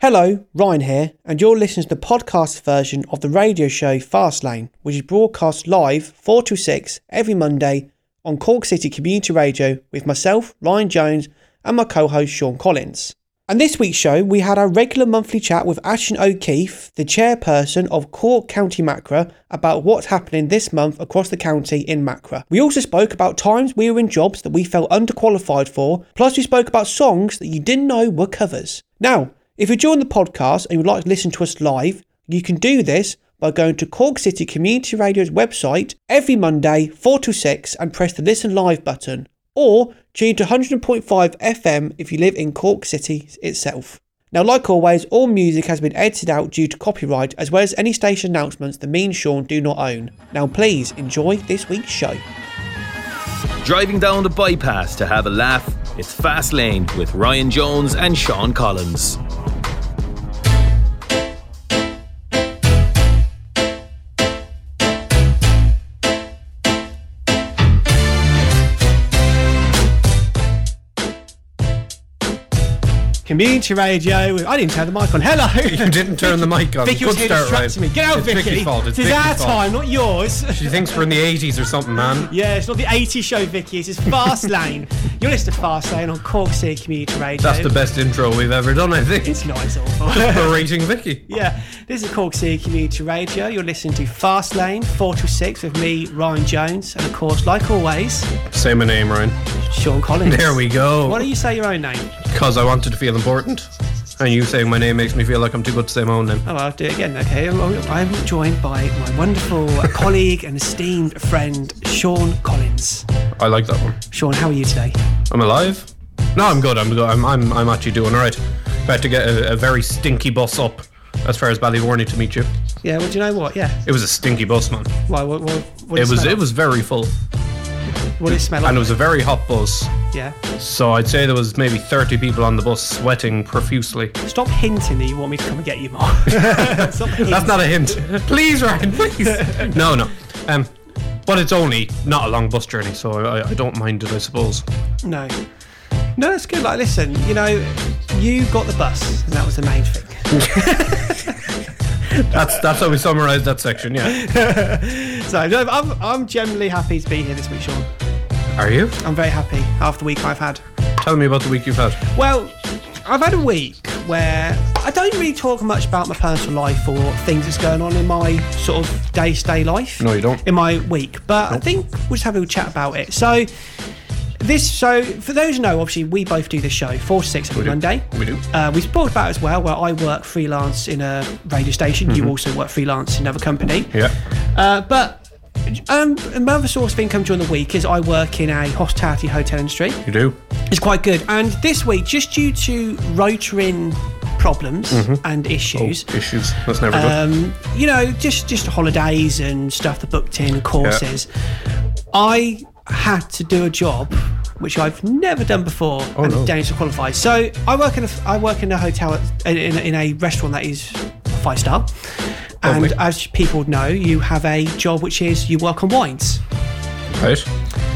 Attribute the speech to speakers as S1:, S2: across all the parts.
S1: Hello, Ryan here, and you're listening to the podcast version of the radio show Fastlane, which is broadcast live 4 to 6 every Monday on Cork City Community Radio with myself, Ryan Jones, and my co host, Sean Collins. And this week's show, we had our regular monthly chat with Ashton O'Keefe, the chairperson of Cork County MACRA, about what's happening this month across the county in MACRA. We also spoke about times we were in jobs that we felt underqualified for, plus, we spoke about songs that you didn't know were covers. Now, if you join the podcast and you'd like to listen to us live, you can do this by going to Cork City Community Radio's website every Monday, 4 to 6, and press the Listen Live button, or tune to 100.5 FM if you live in Cork City itself. Now, like always, all music has been edited out due to copyright, as well as any station announcements that me and Sean do not own. Now, please enjoy this week's show.
S2: Driving down the bypass to have a laugh, it's Fast Lane with Ryan Jones and Sean Collins.
S1: Community radio. with- I didn't turn the mic on. Hello.
S3: You didn't turn the mic on.
S1: Vicky
S3: Good
S1: was here
S3: start, Ryan.
S1: distracting me. Get out,
S3: it's
S1: Vicky.
S3: Vicky's fault. It's
S1: this is
S3: Vicky's
S1: our
S3: fault.
S1: time, not yours.
S3: She thinks we're in the 80s or something, man.
S1: yeah, it's not the 80s show, Vicky. It's Fast Lane. You're listening to Fast Lane on Cork City Community Radio.
S3: That's the best intro we've ever done, I think.
S1: It's not. It's awful.
S3: Berating Vicky.
S1: yeah, this is Cork City Community Radio. You're listening to Fast Lane 4 to 6 with me, Ryan Jones, and of course, like always,
S3: Say my name, Ryan.
S1: Sean Collins.
S3: There we go.
S1: Why don't you say your own name?
S3: Because I wanted to feel important. And you saying my name makes me feel like I'm too good to say my own name.
S1: Oh, I'll do it again. Okay, I'm, I'm joined by my wonderful colleague and esteemed friend, Sean Collins.
S3: I like that one.
S1: Sean, how are you today?
S3: I'm alive? No, I'm good. I'm good. I'm, I'm, I'm actually doing alright. About to get a, a very stinky bus up as far as Ballyvorney to meet you.
S1: Yeah, well, do you know what? Yeah.
S3: It was a stinky bus, man.
S1: Why? What, what, what did
S3: It was
S1: smell
S3: it was very full.
S1: like? What did it smell
S3: And it
S1: like?
S3: was a very hot bus.
S1: Yeah.
S3: So I'd say there was maybe 30 people on the bus sweating profusely.
S1: Stop hinting that you want me to come and get you more. Stop
S3: That's not a hint. Please, Ryan, please. no, no. Um, but it's only not a long bus journey, so I, I don't mind it, I suppose.
S1: No. No, that's good. Like, listen, you know, you got the bus, and that was the main thing.
S3: That's that's how we summarise that section. Yeah.
S1: So, no, I'm, I'm generally happy to be here this week, Sean.
S3: Are you?
S1: I'm very happy after the week I've had.
S3: Tell me about the week you've had.
S1: Well, I've had a week where I don't really talk much about my personal life or things that's going on in my sort of day to day life.
S3: No, you don't.
S1: In my week, but I think we'll just have a little chat about it. So, this, so for those who know, obviously, we both do this show, 4 to 6 every
S3: do.
S1: Monday.
S3: We do.
S1: Uh, we spoke about it as well, where I work freelance in a radio station. You also work freelance in another company.
S3: Mm-hmm. Yeah.
S1: Uh, but um, another source of income during the week is I work in a hospitality hotel industry.
S3: You do.
S1: It's quite good. And this week, just due to rotoring problems and issues,
S3: Oh, Issues. That's never
S1: um, you know, just just holidays and stuff that booked in courses, I had to do a job which I've never done before and
S3: no.
S1: Danish to qualify. So I work in a I work in a hotel at, in, in, a- in a restaurant that is five star. And
S3: Lovely.
S1: as people would know, you have a job which is you work on wines.
S3: good. Right.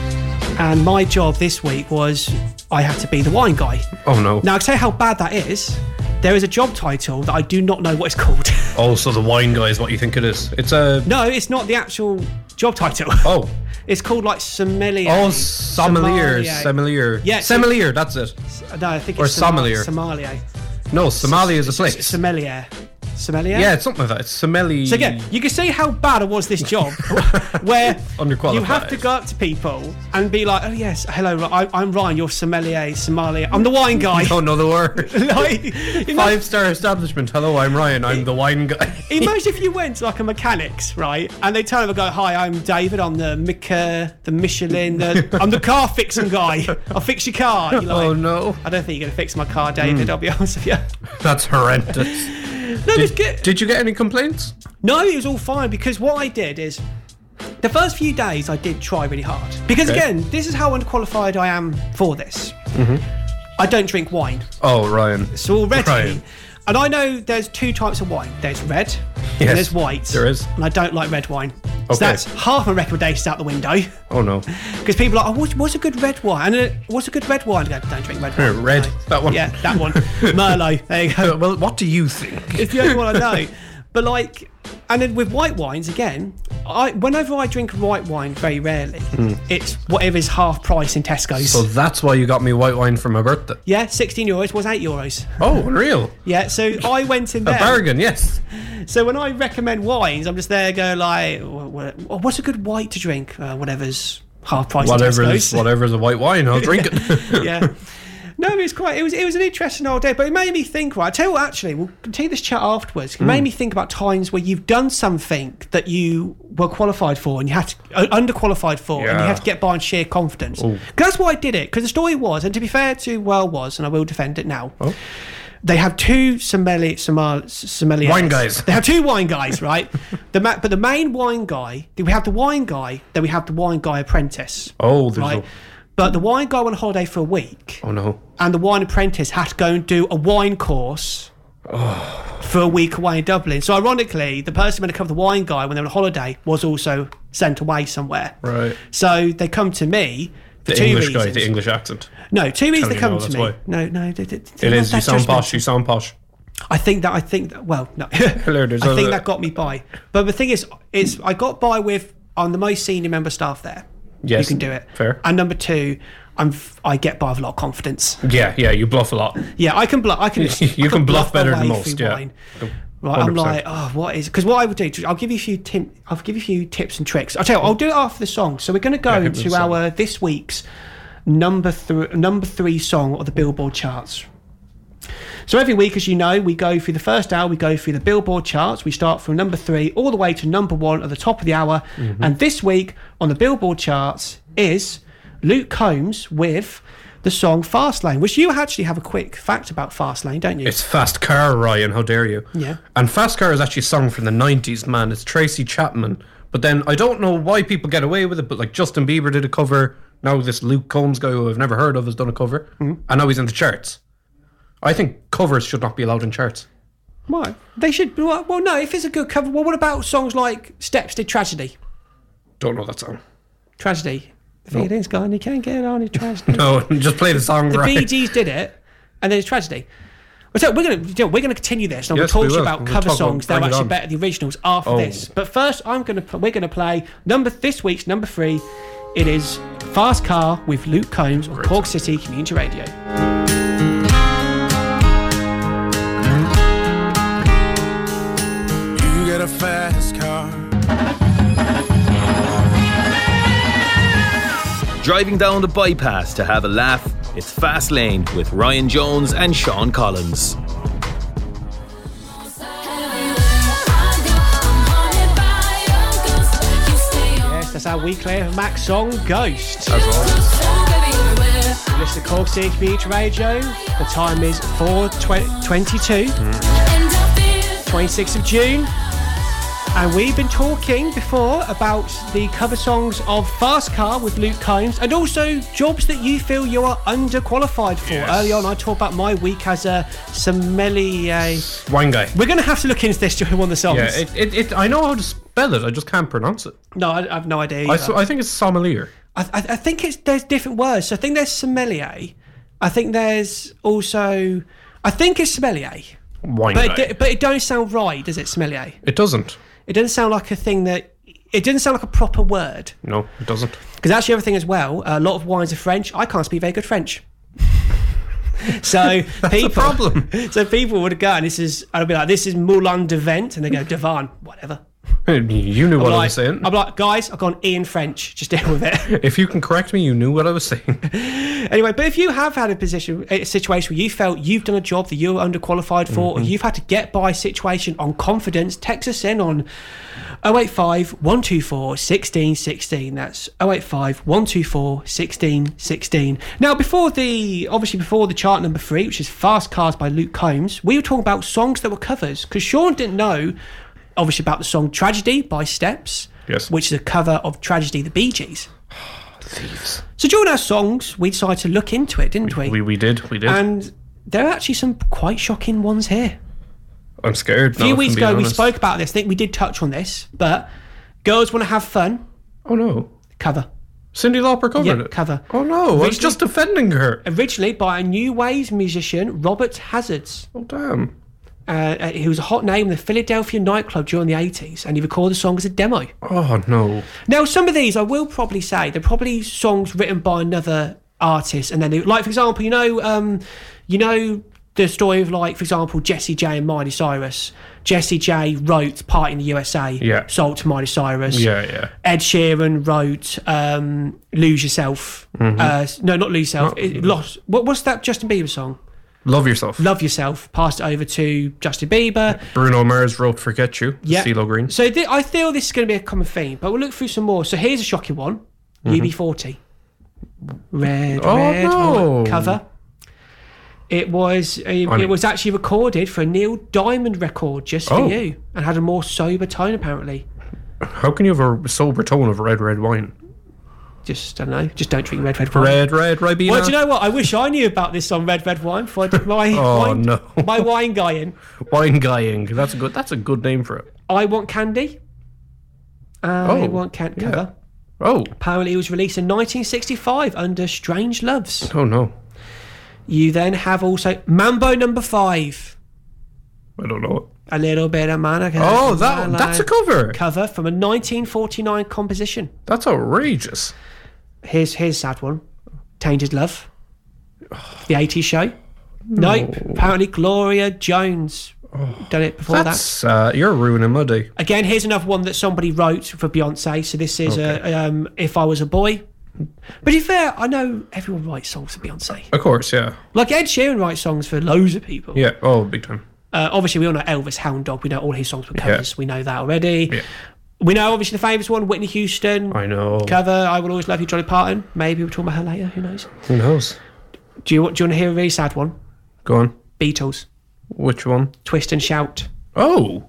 S1: And my job this week was I had to be the wine guy.
S3: Oh no.
S1: Now, I'll tell you how bad that is. There is a job title that I do not know what it's called.
S3: Also, the wine guy is what you think it is. It's a.
S1: no, it's not the actual job title.
S3: Oh.
S1: It's called like sommelier.
S3: Oh, sommelier.
S1: Sommelier.
S3: Sommelier.
S1: Yeah, so-
S3: Sommelier. That's it.
S1: No, I think
S3: or
S1: it's som-
S3: sommelier.
S1: Sommelier.
S3: No, Somalia is a place.
S1: Sommelier. Sommelier?
S3: Yeah, it's something like that. It's Somali.
S1: So again, you can see how bad it was this job, where you have to
S3: Underqualified.
S1: go up to people and be like, "Oh yes, hello, I, I'm Ryan, you're sommelier, sommelier, I'm the wine guy."
S3: don't know the word.
S1: like, imagine-
S3: Five star establishment. Hello, I'm Ryan. I'm the wine guy.
S1: Imagine if you went to like a mechanics, right? And they tell him, "I go, hi, I'm David. I'm the Mica, the Michelin, the I'm the car fixing guy. I'll fix your car." You're like,
S3: oh no,
S1: I don't think you're gonna fix my car, David. I'll be honest with you.
S3: that's horrendous.
S1: No, it was good.
S3: Did you get any complaints?
S1: No, it was all fine because what I did is the first few days I did try really hard because
S3: Okay. Mm-hmm.
S1: again, this is how unqualified I am for this. I don't drink wine,
S3: Oh, Ryan.
S1: so already.
S3: Right.
S1: And I know there's two types of wine. There's red and
S3: Yes,
S1: there's white.
S3: there is.
S1: And I don't like red wine. So that's half my recommendations out the window
S3: oh no.
S1: because people are like, oh, what's, what's a good red wine? And uh, what's a good red wine? I go, don't drink red wine.
S3: red,
S1: No.
S3: that one.
S1: Yeah, that one. Merlot. There you go.
S3: Uh, well, what do you think?
S1: It's the only one I know. But like, and then with white wines again, I whenever I drink white wine, very rarely, it's whatever's half price in Tesco's.
S3: Hmm. So that's why you got me white wine for my birthday.
S1: yeah, sixteen euros was eight euros.
S3: Oh, unreal.
S1: Yeah, so I went in
S3: A
S1: there.
S3: bargain, yes.
S1: So when I recommend wines, I'm just there go like, "Wha- wha- what's a good white to drink? Uh, whatever's half price.
S3: Whatever
S1: in
S3: is,
S1: Tesco's.
S3: whatever is a white wine, I'll drink it.
S1: yeah. No, it was quite. It was. It was an interesting old day, but it made me think. Right, I tell you what. Actually, we'll continue this chat afterwards. It
S3: Hmm.
S1: made me think about times where you've done something that you were qualified for and you had to uh, underqualified for, and you
S3: Yeah.
S1: had to get by on sheer confidence. 'Cause that's why I did it. Because the story was, and to be fair to well was, and I will defend it now.
S3: Oh.
S1: They have two sommelier, sommel- sommeliers.
S3: Wine guys.
S1: They have two wine guys, right? the ma- but the main wine guy. We have the wine guy. Then we have the wine guy apprentice
S3: Oh, there's
S1: right?
S3: a-
S1: But the wine guy went on holiday for a week,
S3: Oh no.
S1: and the wine apprentice had to go and do a wine course
S3: Oh.
S1: for a week away in Dublin. So, ironically, the person who had to cover the wine guy when they were on holiday was also sent away somewhere.
S3: Right.
S1: So they come to me. for
S3: The
S1: two
S3: English
S1: reasons.
S3: guy, the English accent.
S1: No, two reasons they
S3: you
S1: come
S3: now,
S1: to
S3: that's
S1: me.
S3: why.
S1: No, no, they, they, they
S3: It
S1: not
S3: is. You
S1: that
S3: sound posh.
S1: judgmental.
S3: You sound posh.
S1: I think that I think that, well, no, Hello,
S3: there's
S1: I think
S3: other-
S1: that got me by. But the thing is, it's I got by with I'm the most senior member of staff there.
S3: Yes.
S1: you can do it.
S3: Fair.
S1: And number two, I'm f- I get by with a lot of confidence.
S3: Yeah, yeah. You bluff a lot.
S1: Yeah, I can bluff. I can. I
S3: You can
S1: my
S3: bluff better
S1: way
S3: than
S1: through
S3: most. Yeah.
S1: wine. Right, I'm
S3: 100%.
S1: like, oh, what is? Because what I would do, I'll give you a few tim- I'll give you a few tips and tricks. I'll tell you, what, I'll do it after the song. So we're going to go
S3: hit me
S1: into
S3: with the song.
S1: our this week's number three number three song of the Billboard charts. So every week, as you know, we go through the first hour. We go through the Billboard charts. We start from number three all the way to number one at the top of the hour. And this week on the Billboard charts is Luke Combs with the song "Fastlane," which you actually have a quick fact about Fastlane, don't you?
S3: It's Fast Car, Ryan. How dare you?
S1: Yeah.
S3: And Fast Car is actually a song from the 90s, man. It's Tracy Chapman. But then I don't know why people get away with it, but like Justin Bieber did a cover. Now this Luke Combs guy who I've never heard of has done a cover.
S1: Hmm.
S3: And now he's in the charts. I think covers should not be allowed in charts.
S1: Why? They should. Well, well, no, if it's a good cover. Well, what about songs like Steps to Tragedy?
S3: Don't know that song.
S1: Tragedy. The feeling's gone, you can't get on, it's tragedy.
S3: No, just play the song
S1: the
S3: right.
S1: Bee Gees did it, and then it's tragedy. Well, So we're gonna you know, we're gonna continue this. And
S3: Yes,
S1: we'll
S3: we
S1: talk to you
S3: will.
S1: about
S3: We'll
S1: cover
S3: talk about-
S1: songs that are
S3: bring it
S1: actually
S3: on.
S1: better than the originals after
S3: Oh.
S1: this. But first, I'm gonna pl- we're gonna play number this week's number three. It is Fast Car with Luke Combs on Cork City Community Radio.
S4: You get a fast car.
S2: Driving down the bypass to have a laugh, it's Fast Lane with Ryan Jones and Sean Collins.
S1: Yes, that's our weekly Max song Ghost.
S5: Yes.
S1: Listen to Cork City Community Radio. The time is 4.22. 26th of June. And we've been talking before about the cover songs of Fast Car with Luke Combs and also jobs that you feel you are underqualified for. Early on, I talked about my week as a sommelier.
S3: Wine guy.
S1: We're going to have to look into this during one of the songs.
S3: Yeah, it, it, it, I know how to spell it. I just can't pronounce it.
S1: no, I, I have no idea.
S3: I,
S1: either.
S3: so, I think it's sommelier.
S1: I, I, I think it's there's different words. So I think there's sommelier. I think there's also. I think it's sommelier.
S3: Wine
S1: But,
S3: guy.
S1: it, di- but it don't sound right, does it, sommelier?
S3: it doesn't.
S1: It doesn't sound like a thing that. It doesn't sound like a proper word.
S3: No, it doesn't.
S1: Because actually, everything as well, a lot of wines are French. I can't speak very good French. So people,
S3: problem.
S1: So people would go, and this is, I'd be like, this is Moulin de Vent, and they go, Devan, whatever.
S3: You knew what I
S1: like,
S3: was saying.
S1: I'm like, guys, I've gone Ian French, just deal with it.
S3: If you can correct me, you knew what I was saying.
S1: anyway, but if you have had a position, a situation where you felt you've done a job that you were underqualified for, or you've had to get by situation on confidence, text us in on 085 124 1616. That's 085 124 1616. Now, before the, obviously, before the chart number three, which is Fast Cars by Luke Combs, we were talking about songs that were covers because Sean didn't know, obviously, about the song Tragedy by Steps,
S3: Yes.
S1: which is a cover of Tragedy, the Bee Gees. So during our songs, we decided to look into it, didn't we?
S3: We we did we did.
S1: and there are actually some quite shocking ones here.
S3: I'm scared.
S1: A few weeks ago, we spoke about this. I think we did touch on this, but Girls Want to Have Fun,
S3: Oh no.
S1: cover.
S3: Cindy Lauper covered
S1: Yeah,
S3: it.
S1: cover.
S3: Oh no, I was
S1: Originally-
S3: just defending her.
S1: Originally by a new waves musician, Robert Hazards,
S3: Oh damn.
S1: uh, uh, who was a hot name in the Philadelphia nightclub during the 80s, and he recorded the song as a demo.
S3: Oh no.
S1: Now, some of these I will probably say they're probably songs written by another artist, and then they, like for example, you know, um, you know the story of like for example Jesse J and Miley Cyrus. Jesse J wrote "Party in the USA,"
S3: Yeah.
S1: sold to Miley Cyrus.
S3: Yeah, yeah.
S1: Ed Sheeran wrote um, "Lose Yourself."
S3: Mm-hmm.
S1: Uh, no, not "Lose Yourself." it- Lost. What, what's that Justin Bieber song?
S3: Love yourself.
S1: "Love Yourself." Passed it over to Justin Bieber.
S3: Bruno Mars wrote Forget You. CeeLo Green.
S1: So th- I feel this is going to be a common theme, but we'll look through some more. So here's a shocking one: UB40, red,
S3: Mm-hmm. Oh,
S1: red
S3: no.
S1: hot cover. It was it,
S3: On
S1: it
S3: it.
S1: was actually recorded for a Neil Diamond record just for
S3: Oh.
S1: you, and had a more sober tone apparently.
S3: How can you have a sober tone of red, red wine?
S1: Just I don't know. Just don't drink red, red wine.
S3: Red, red, Ribena.
S1: Well, do you know what? I wish I knew about this on red, red wine before I did my
S3: Oh,
S1: wine,
S3: no.
S1: my wine guy in.
S3: Wine guying. That's a good. That's a good name for it.
S1: I want candy. I
S3: Oh,
S1: want candy
S3: yeah.
S1: cover.
S3: Oh.
S1: Apparently, it was released in 1965 under Strange Loves.
S3: Oh no.
S1: You then have also Mambo Number Five,
S3: I don't know.
S1: a little bit of Monica.
S3: Oh, that that's a cover.
S1: cover from a 1949 composition.
S3: That's outrageous.
S1: Here's here's a sad one, Tainted Love, the 80s show. Nope. Apparently, Gloria Jones done it before that.
S3: Oh, That's uh, you're ruining my day.
S1: Again, here's another one that somebody wrote for Beyonce. So this is a, um, if I was a boy. But to be fair, I know everyone writes songs for Beyonce.
S3: Of course, yeah,
S1: Like Ed Sheeran writes songs for loads of people.
S3: yeah. Oh, big time.
S1: Uh, obviously, we all know Elvis Hound Dog. We know all his songs were covers. We know that already.
S3: Yeah.
S1: We know obviously the famous one, Whitney Houston.
S3: I know.
S1: Cover I Will Always Love You, Johnny Parton. Maybe we'll talk about her later. Who knows?
S3: Who knows?
S1: Do you, want- do you want to hear a really sad one?
S3: Go on.
S1: Beatles.
S3: Which one?
S1: Twist and Shout
S3: Oh,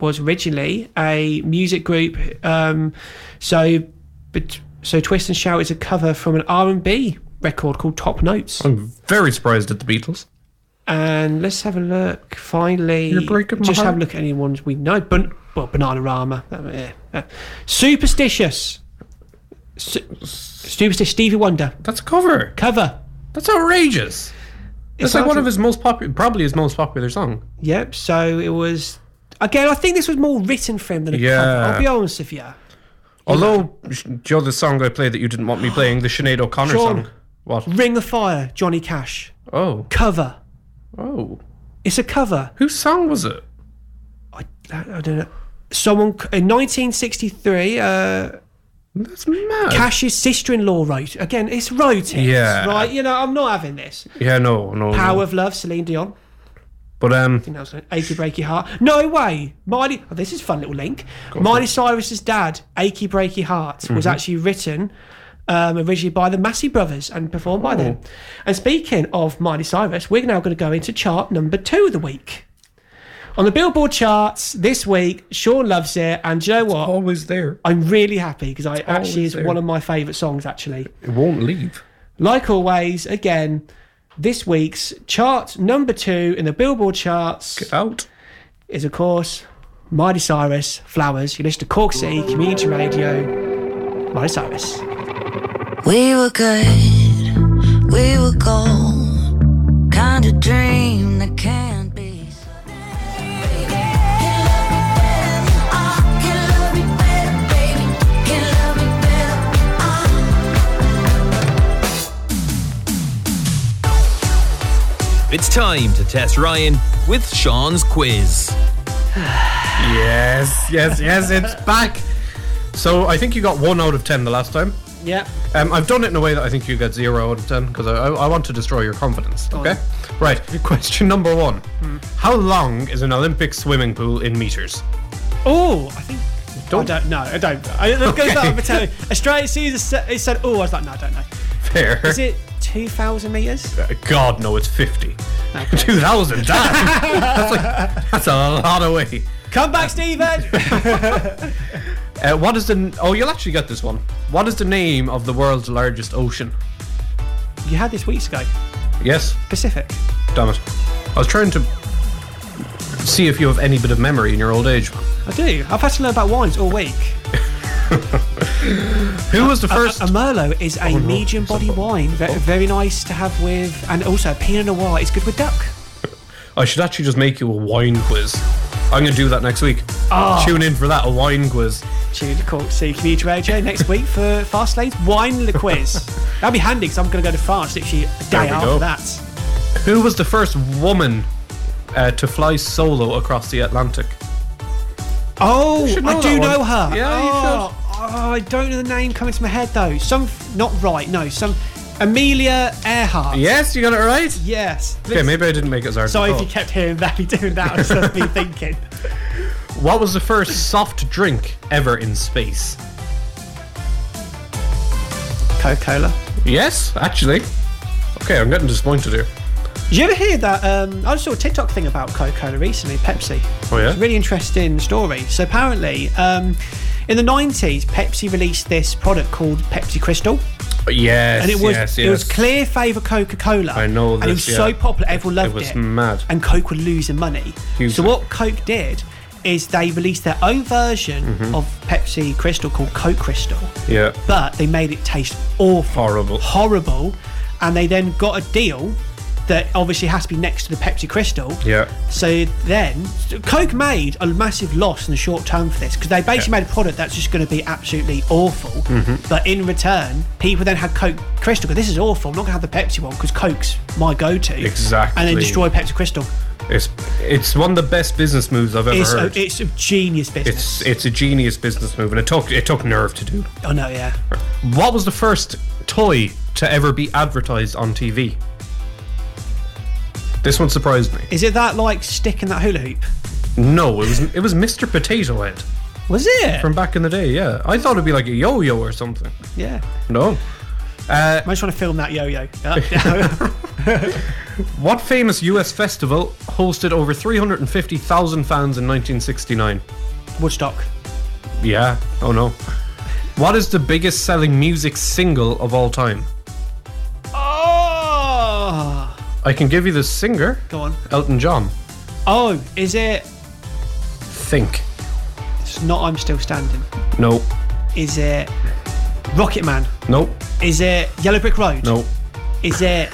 S1: was originally a music group. Um, so, but, so Twist and Shout is a cover from an R&B record called Top Notes.
S3: I'm very surprised at the Beatles.
S1: And let's have a look. Finally,
S3: You're breaking my
S1: just have a
S3: heart.
S1: look at any ones we know. Ban- well, Banana Rama. Uh, Superstitious. Su- Superstitious. Stevie Wonder.
S3: That's a cover.
S1: Cover.
S3: That's outrageous. That's
S1: It's
S3: like one
S1: hard
S3: of his most popular, probably his most popular song.
S1: to- Yep. So it was. Again, I think this was more written for him than a cover.
S3: Yeah.
S1: I'll be honest with you.
S3: Although, sh- do you know the song I played that you didn't want me playing? The Sinead O'Connor
S1: Sean.
S3: song. What?
S1: Ring of Fire, Johnny Cash.
S3: Oh,
S1: Cover.
S3: oh.
S1: It's a cover.
S3: Whose song was it?
S1: I, I don't know. Someone c- in 1963, uh,
S3: That's mad.
S1: Cash's sister-in-law wrote. Again, it's wrote it.
S3: Yeah.
S1: Right. You know, I'm not having this.
S3: yeah, no, no. no.
S1: Power of Love, Celine Dion.
S3: But um,
S1: That was an achy breaky heart. No way. Miley. Oh, this is a fun little link. Miley Cyrus's dad, achy breaky heart,
S3: Mm-hmm.
S1: was actually written um, originally by the Massey brothers and performed by
S3: Oh.
S1: them. And speaking of Miley Cyrus, we're now going to go into chart number two of the week. On the Billboard charts this week, Sean loves it, and do you know what?
S3: always there.
S1: I'm really happy because I actually
S3: always
S1: is
S3: there.
S1: one of my favourite songs. Actually,
S3: It won't leave.
S1: like always, again, this week's chart number two in the Billboard charts
S3: Out.
S1: is, of course, Miley Cyrus, Flowers. You listen to Cork City Community Radio, Miley Cyrus.
S5: We were good, we were gold. Kind of dream that can't be.
S2: It's time to test Ryan with Sean's quiz.
S3: Yes, yes, yes. It's back. So I think you got one out of ten the last time.
S1: Yeah.
S3: Um, I've done it in a way that I think you get zero out of ten because I, I, I want to destroy your confidence. Okay. Right. Question number one:
S1: Hmm.
S3: How long is an Olympic swimming pool in meters?
S1: Oh, I think.
S3: Don't-
S1: I don't know. I don't. know. I, okay.
S3: Okay.
S1: goes out of telling. Australia sees us- it said, "Oh," I was like, "No, I don't know."
S3: Fair.
S1: Is it two thousand meters?
S3: God, no, it's fifty. Two thousand. Damn. that's like that's a lot of weight.
S1: Come back, Stephen.
S3: Uh, what is the? n- Oh, you'll actually get this one. What is the name of the world's largest ocean?
S1: you had this weeks ago.
S3: Yes.
S1: Pacific.
S3: Damn it. I was trying to see if you have any bit of memory in your old age.
S1: I do. I've had to learn about wines all week.
S3: Who was the first?
S1: A Merlot is a medium body wine, very, very nice to have with, and also a Pinot Noir is good with duck.
S3: I should actually just make you a wine quiz. I'm gonna do that next week.
S1: Ah.
S3: Tune in for that a wine quiz.
S1: Tune in court. See you community radio next week for Fast Lane's wine the quiz. That'll be handy because I'm going to go to France literally a
S3: There
S1: day
S3: we
S1: after
S3: go.
S1: that.
S3: Who was the first woman uh, to fly solo across the Atlantic?
S1: Oh,
S3: should
S1: I
S3: know
S1: do
S3: that
S1: know
S3: one.
S1: her.
S3: Yeah, you
S1: oh, oh, I don't know the name coming to my head though. Some not right. No, some Amelia Earhart.
S3: Yes, you got it right.
S1: Yes.
S3: Okay, maybe I didn't make it Oh. as hard. as I
S1: Sorry if
S3: thought.
S1: you kept hearing Valley doing that. I was just me thinking.
S3: What was the first soft drink ever in space?
S1: Coca-Cola.
S3: Yes, actually. Okay, I'm getting disappointed here.
S1: Did you ever hear that? Um, I saw a TikTok thing about Coca-Cola recently, Pepsi.
S3: Oh, yeah?
S1: It's a really interesting story. So apparently, um, in the 90s, Pepsi released this product called Pepsi Crystal.
S3: Oh, Yes,
S1: And it was
S3: yes,
S1: it was
S3: yes.
S1: clear flavour Coca-Cola.
S3: I know
S1: And it
S3: this,
S1: was so
S3: yeah.
S1: popular, everyone loved it.
S3: was mad.
S1: And Coke were losing money.
S3: Hugely.
S1: So what Coke did is they released their own version of Pepsi Crystal called Coke Crystal.
S3: Mm-hmm. Yeah.
S1: But they made it taste awful
S3: Horrible.
S1: horrible, and they then got a deal that obviously has to be next to the Pepsi Crystal.
S3: Yeah.
S1: So then, Coke made a massive loss in the short term for this because they basically
S3: Yeah. Mm-hmm.
S1: made a product that's just going to be absolutely awful. But in return, people then had Coke Crystal. Go, this is awful. I'm not going to have the Pepsi one because Coke's my go-to. And
S3: Exactly.
S1: then destroy Pepsi Crystal.
S3: It's it's one of the best business moves I've ever
S1: It's a,
S3: heard.
S1: it's a genius business.
S3: it's it's a genius business move, and it took it took nerve to do.
S1: oh no, yeah.
S3: What was the first toy to ever be advertised on TV? This one surprised me.
S1: Is it that like stick in that hula hoop?
S3: No, it was it was Mr. Potato Head
S1: Was it?
S3: from back in the day. Yeah, I thought it'd be like a yo-yo or something.
S1: yeah.
S3: No.
S1: I'm just trying to film that yo-yo. Uh,
S3: What famous U.S. festival hosted over 350,000 fans in 1969?
S1: Woodstock.
S3: Yeah. Oh no. What is the biggest selling music single of all time?
S1: Oh,
S3: I can give you the singer,
S1: go on.
S3: Elton John.
S1: Oh, is it?
S3: Think.
S1: It's not. I'm still standing.
S3: No.
S1: Is it? Rocket Man.
S3: No.
S1: Is it Yellow Brick Road?
S3: No.
S1: Is it?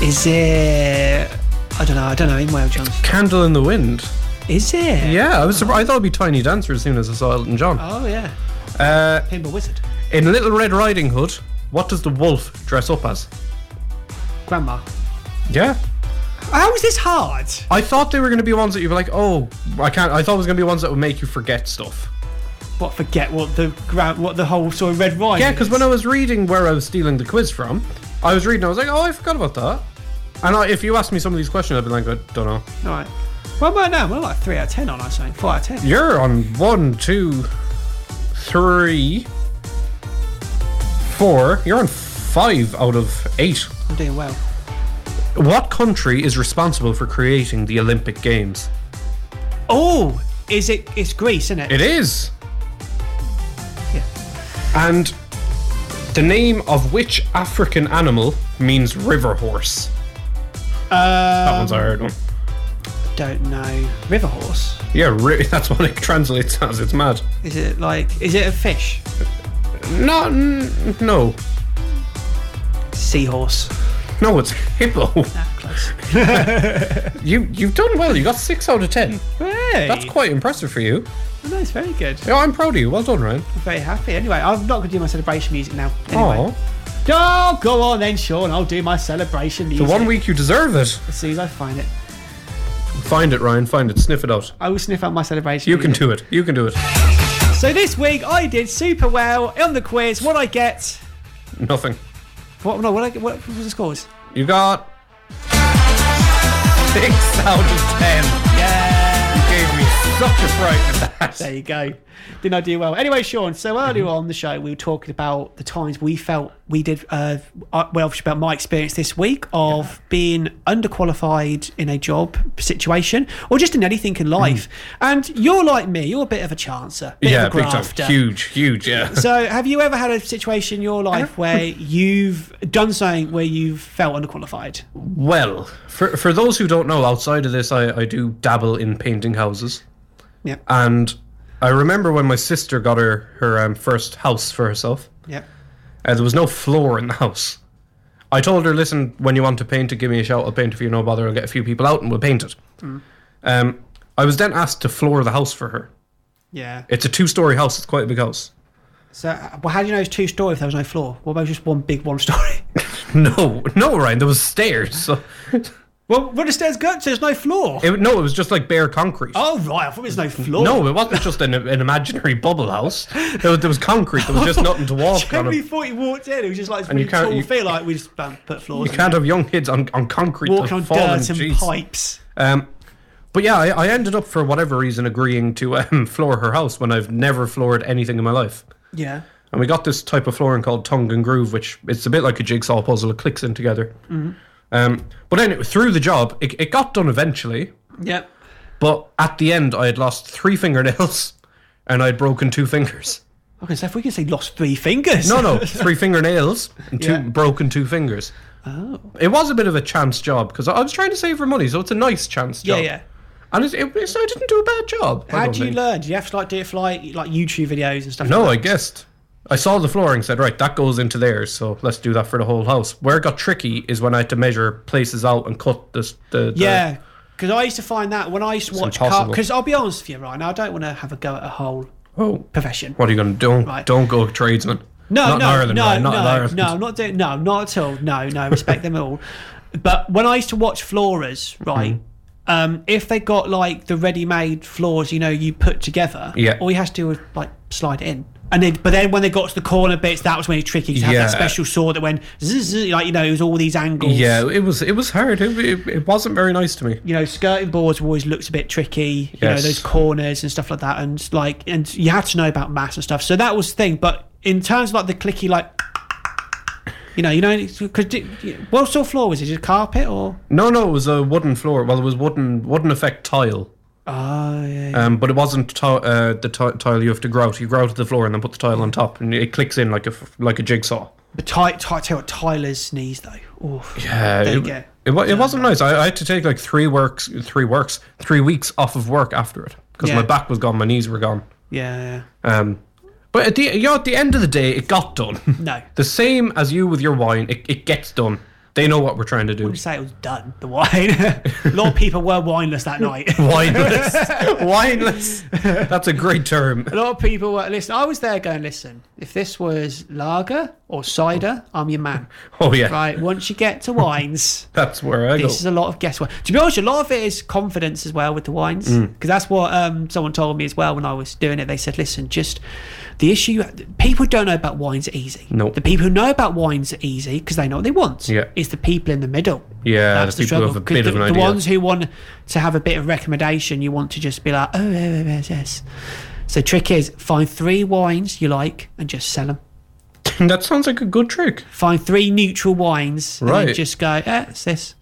S1: Is it? I don't know. I don't know. In Wales, John.
S3: Candle in the Wind.
S1: Is it?
S3: Yeah, I was. Surprised. I thought it'd be Tiny Dancer as soon as I saw Elton John.
S1: Oh yeah.
S3: Uh,
S1: Pinball Wizard.
S3: in Little Red Riding Hood, what does the wolf dress up as?
S1: Grandma.
S3: Yeah.
S1: How is this hard?
S3: I thought they were going to be ones that you'd be like, oh, I can't. I thought it was going to be ones that would make you forget stuff.
S1: What? Forget what the ground. What the whole sort of red rhyme.
S3: Yeah, because when I was reading where I was stealing the quiz from, I was reading, I was like, oh, I forgot about that. And I, if you asked me some of these questions, I'd be like, I don't know.
S1: All right. What am I now? We're like three out of ten on I saying four out of ten.
S3: You're on one, two, three, four. You're on five out of eight.
S1: I'm doing well.
S3: What country is responsible for creating the Olympic Games?
S1: Oh, is it? It's Greece, isn't it?
S3: It is.
S1: Yeah.
S3: And the name of which African animal means river horse?
S1: Uh,
S3: That one's a
S1: Um,
S3: hard one.
S1: don't know. River horse?
S3: Yeah, ri- that's what it translates as. It's mad.
S1: Is it like? Is it a fish?
S3: No, n- no,
S1: Seahorse.
S3: no. It's hippo.
S1: Ah, close.
S3: You you've done well. You got six out of ten.
S1: Hey,
S3: That's quite impressive for you.
S1: No, it's very good.
S3: Yeah, I'm proud of you. Well done, Ryan.
S1: I'm very happy. Anyway, I'm not gonna do my celebration music now. Anyway.
S3: Oh,
S1: Oh, go on then, Sean. I'll do my celebration
S3: the
S1: music.
S3: one week you deserve it.
S1: As soon as I find it,
S3: Find it, Ryan. Find it. Sniff it out.
S1: I will sniff out my celebration.
S3: You can
S1: music.
S3: do it. You can do it.
S1: So this week I did super well on the quiz. What I get?
S3: Nothing.
S1: What? No. What? I, get- what was the scores?
S3: You got six out of ten.
S1: Yeah.
S3: Gave me such a fright with that.
S1: There you go. Did not do well. Anyway, Sean, so earlier
S3: Mm-hmm.
S1: on the show, we were talking about the times we felt we did uh, uh, well, about my experience this week of being underqualified in a job situation or just in anything in
S3: Mm-hmm.
S1: life. And you're like me, you're a bit of a chancer. Bit
S3: Yeah,
S1: of a
S3: big time.
S1: grafter.
S3: Huge, huge. Yeah.
S1: So, have you ever had a situation in your life
S3: Uh-huh.
S1: where you've done something where you felt underqualified?
S3: Well, for for those who don't know, outside of this, I, I do dabble in painting houses.
S1: Yeah.
S3: And I remember when my sister got her her um, first house for herself.
S1: Yep.
S3: Uh, there was no floor in the house. I told her, listen, when you want to paint it, give me a shout. I'll paint it for you, no bother. I'll get a few people out and we'll paint it.
S1: Hmm.
S3: Um, I was then asked to floor the house for her.
S1: Yeah.
S3: It's a two story house, it's quite a big house.
S1: So, uh, well, how do you know it's two story if there was no floor? What about just one big one story?
S3: No, no, Ryan, there was stairs. So
S1: well, where the stairs go? So there's no floor.
S3: it, no, it was just like bare concrete.
S1: oh right, I thought there's no floor.
S3: No, it wasn't just an, an imaginary bubble house. There was, there was concrete. There was just nothing to walk on.
S1: Henry
S3: You
S1: thought he walked in. It was just like this
S3: And you
S1: really
S3: can't-
S1: tall
S3: you-
S1: feel like we just bam, put floors. in
S3: can't have young kids on, on concrete.
S1: walking on
S3: that's fallen,
S1: dirt and
S3: jeez.
S1: pipes.
S3: Um, but yeah, I, I ended up for whatever reason agreeing to um, floor her house when I've never floored anything in my life.
S1: Yeah.
S3: And we got this type of flooring called tongue and groove, which it's a bit like a jigsaw puzzle. It clicks in together.
S1: Mm-hmm.
S3: Um, but then through the job, it, it got done eventually.
S1: Yep.
S3: But at the end, I had lost three fingernails and I'd broken two fingers.
S1: Okay, so if we can say lost three fingers.
S3: No, no, three fingernails and two
S1: Yeah.
S3: broken two fingers. Oh. It was a bit of a chance job because I I was trying to save for money, so it's a nice chance
S1: Yeah,
S3: job.
S1: yeah.
S3: And it's, it, it's, I didn't do a bad job. I
S1: How
S3: don't
S1: do you
S3: think.
S1: learn? Do you have to like do it for like, like YouTube videos and stuff?
S3: No, I
S1: like
S3: guessed. I saw the flooring, said, right, that goes into there, so let's do that for the whole house. Where it got tricky is when I had to measure places out and cut this, the, the.
S1: that? yeah. Because I used to find that when I used to watch car.
S3: impossible.
S1: Because I'll be honest with you, right now I don't want to have a go at a whole
S3: Oh,
S1: profession.
S3: what are you going to do? Don't,
S1: Right.
S3: don't go tradesman.
S1: No,
S3: not
S1: no,
S3: in Ireland,
S1: no,
S3: Ryan, not
S1: no,
S3: in Ireland.
S1: no, I'm not doing. No, not at all. No, no, respect them all. But when I used to watch floorers, right,
S3: Mm.
S1: um, if they got like the ready-made floors, you know, you put together,
S3: Yeah.
S1: all you had to do was like slide it in. And then, but then when they got to the corner bits, that was when it's tricky. 'cause You had that
S3: Yeah.
S1: special saw that went, zzz, zzz, like you know, it was all these angles.
S3: Yeah, it was it was hard. It, it, it wasn't very nice to me.
S1: you know, skirting boards always looked a bit tricky. You know,
S3: Yes.
S1: those corners and stuff like that, and like, and you had to know about mass and stuff. So that was the thing. But in terms of like the clicky, like, you know, you know, because what sort of floor was it? Just carpet or?
S3: No, no, it was a wooden floor. Well, it was wooden wooden effect tile.
S1: Oh yeah.
S3: Um, but it wasn't ti uh, the ti tile you have to grout. You grout the floor and then put the tile on top, and it clicks in like a f- like a jigsaw.
S1: But Ty, Ty, tell you what, Tyler's knees though. Oof.
S3: Uh,
S1: There you
S3: it,
S1: go.
S3: it, wa- it wasn't nice. I, I had to take like three works, three works, three weeks off of work after it because
S1: Yeah.
S3: my back was gone, my knees were gone.
S1: Yeah.
S3: Um, but at the you know, at the end of the day, it got done.
S1: No.
S3: the same as you with your wine, it, it gets done. They know what we're trying to do.
S1: You say it was done. The wine. a lot of people were wineless that night.
S3: Wineless, wineless. That's a great term.
S1: A lot of people were listen. I was there going, listen. If this was lager or cider, I'm your man.
S3: Oh yeah,
S1: Right. Once you get to wines.
S3: that's where I go.
S1: This is a lot of guesswork. To be honest, a lot of it is confidence as well with the wines, because
S3: Mm.
S1: that's what um, someone told me as well when I was doing it. They said, "Listen, just the issue. People who don't know about wines are easy.
S3: No.
S1: the people who know about wines are easy because they know what they want.
S3: Yeah.
S1: it's the people in the middle.
S3: Yeah,
S1: that's
S3: the
S1: the,
S3: people who
S1: struggle.
S3: have a
S1: 'Cause
S3: bit
S1: the,
S3: of an
S1: the
S3: idea.
S1: ones who want to have a bit of recommendation, you want to just be like, oh, yes, yes, yes. So trick is find three wines you like and just sell them.
S3: that sounds like a good trick.
S1: Find three neutral wines and then
S3: Right.
S1: just go, eh, it's this.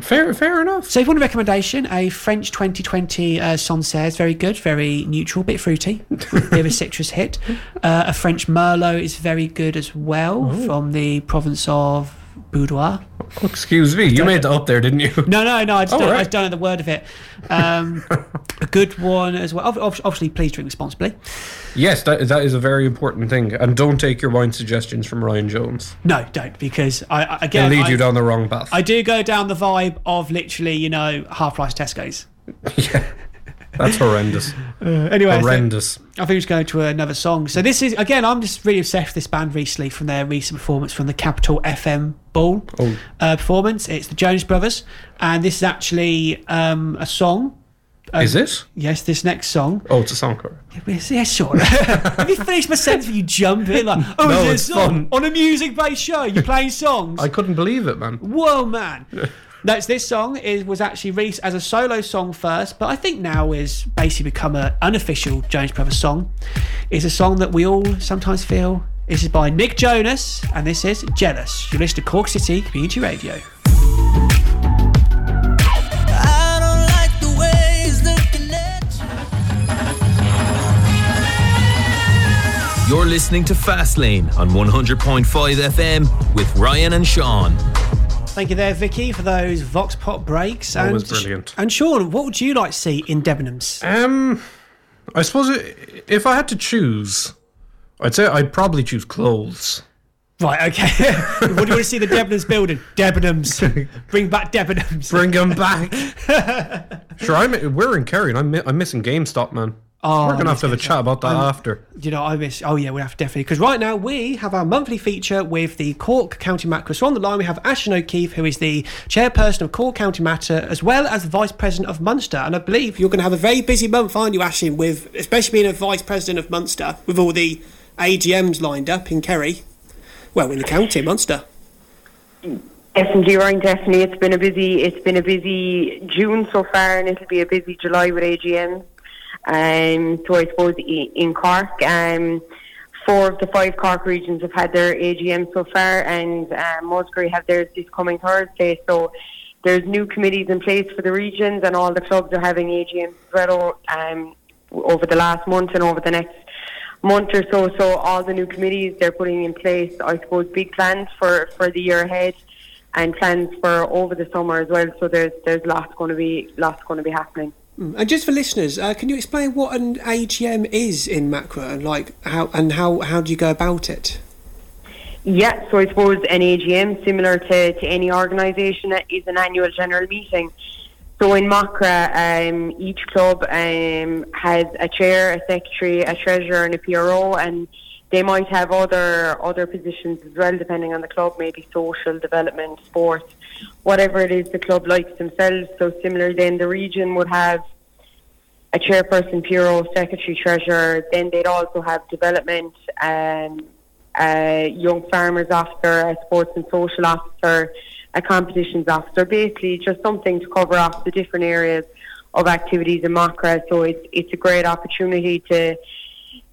S3: Fair, fair enough.
S1: So if you want a recommendation, a French 2020 uh, Sancerre is very good, very neutral, bit fruity, bit of a citrus hit. Uh, a French Merlot is very good as well from the province of Boudoir.
S3: Excuse me, you made that up there, didn't you?
S1: No, no, no, I just,
S3: Oh,
S1: don't, I
S3: right.
S1: just don't know the word of it. Um, a good one as well. Ob- ob- Obviously, please drink responsibly.
S3: Yes, that that is a very important thing, and don't take your wine suggestions from Ryan Jones.
S1: No, don't, because I, I
S3: It'll
S1: again,
S3: lead
S1: I,
S3: you down the wrong path.
S1: I do go down the vibe of literally, you know, half price Tesco's.
S3: yeah, that's horrendous.
S1: Anyway, I think-
S3: horrendous.
S1: I think we should go to another song. So this is again, I'm just really obsessed with this band recently from their recent performance from the Capital FM Ball
S3: Oh.
S1: uh, performance. It's the Jonas Brothers, and this is actually um, a song.
S3: is it?
S1: Yes, this next song.
S3: Oh, it's a song cover.
S1: Yeah, sure. Have you finished my sentence? You jump in like, oh, is
S3: No,
S1: there a
S3: it's
S1: song on
S3: fun.
S1: a music-based show. You're playing songs.
S3: I couldn't believe it, man.
S1: Whoa, man. That's this song is was actually released as a solo song first, but I think now is basically become an unofficial Jonas Brothers song. It's a song that we all sometimes feel. This is by Nick Jonas, and this is Jealous. You listen to Cork City Community Radio.
S6: I don't like the way he's looking at you.
S2: You're listening to Fastlane on 100.5 FM with Ryan and Sean.
S1: Thank you there, Vicky, for those Vox Pop breaks.
S3: That
S1: and,
S3: was brilliant.
S1: And Sean, what would you like to see in Debenhams?
S3: Um, I suppose i if I had to choose, I'd say I'd probably choose clothes.
S1: Right, okay. what do you want to see the Debenhams building? Debenhams. Bring back Debenhams.
S3: Bring them back. sure, I'm, we're in Kerry, and I'm, mi- I'm missing GameStop, man.
S1: Oh,
S3: we're
S1: I
S3: gonna have to have a
S1: miss
S3: chat about that after.
S1: you know, I miss. Oh yeah, we have definitely because right now we have our monthly feature with the Cork County Matter. So on the line we have Ashton O'Keefe, who is the chairperson of Cork County Matter, as well as the vice president of Munster. And I believe you're going to have a very busy month, aren't you, Ashton? With especially being a vice president of Munster, with all the AGMs lined up in Kerry, well, in the county Munster.
S7: Definitely, Ryan. Definitely, it's been a busy. It's been a busy June so far, and it'll be a busy July with AGM. Um, so I suppose i- in Cork, um, four of the five Cork regions have had their AGM so far, and uh, Musgrave have theirs this coming Thursday. So there's new committees in place for the regions, and all the clubs are having AGMs as well, um, over the last month and over the next month or so. So all the new committees they're putting in place, I suppose, big plans for, for the year ahead and plans for over the summer as well. So there's there's lots going to be lots going to be happening.
S1: Mm. And just for listeners, uh, can you explain what an AGM is in Macra and like how and how how do you go about it?
S7: Yeah, so I suppose an AGM, similar to, to any organisation, is an annual general meeting. So in MACRA, um, each club um, has a chair, a secretary, a treasurer, and a PRO, and they might have other other positions as well, depending on the club, maybe social development, sports, whatever it is the club likes themselves. So similar, then the region would have a chairperson, bureau, secretary, treasurer. Then they'd also have development, um, a young farmers officer, a sports and social officer, a competitions officer. Basically, just something to cover off the different areas of activities in Macra. So it's it's a great opportunity to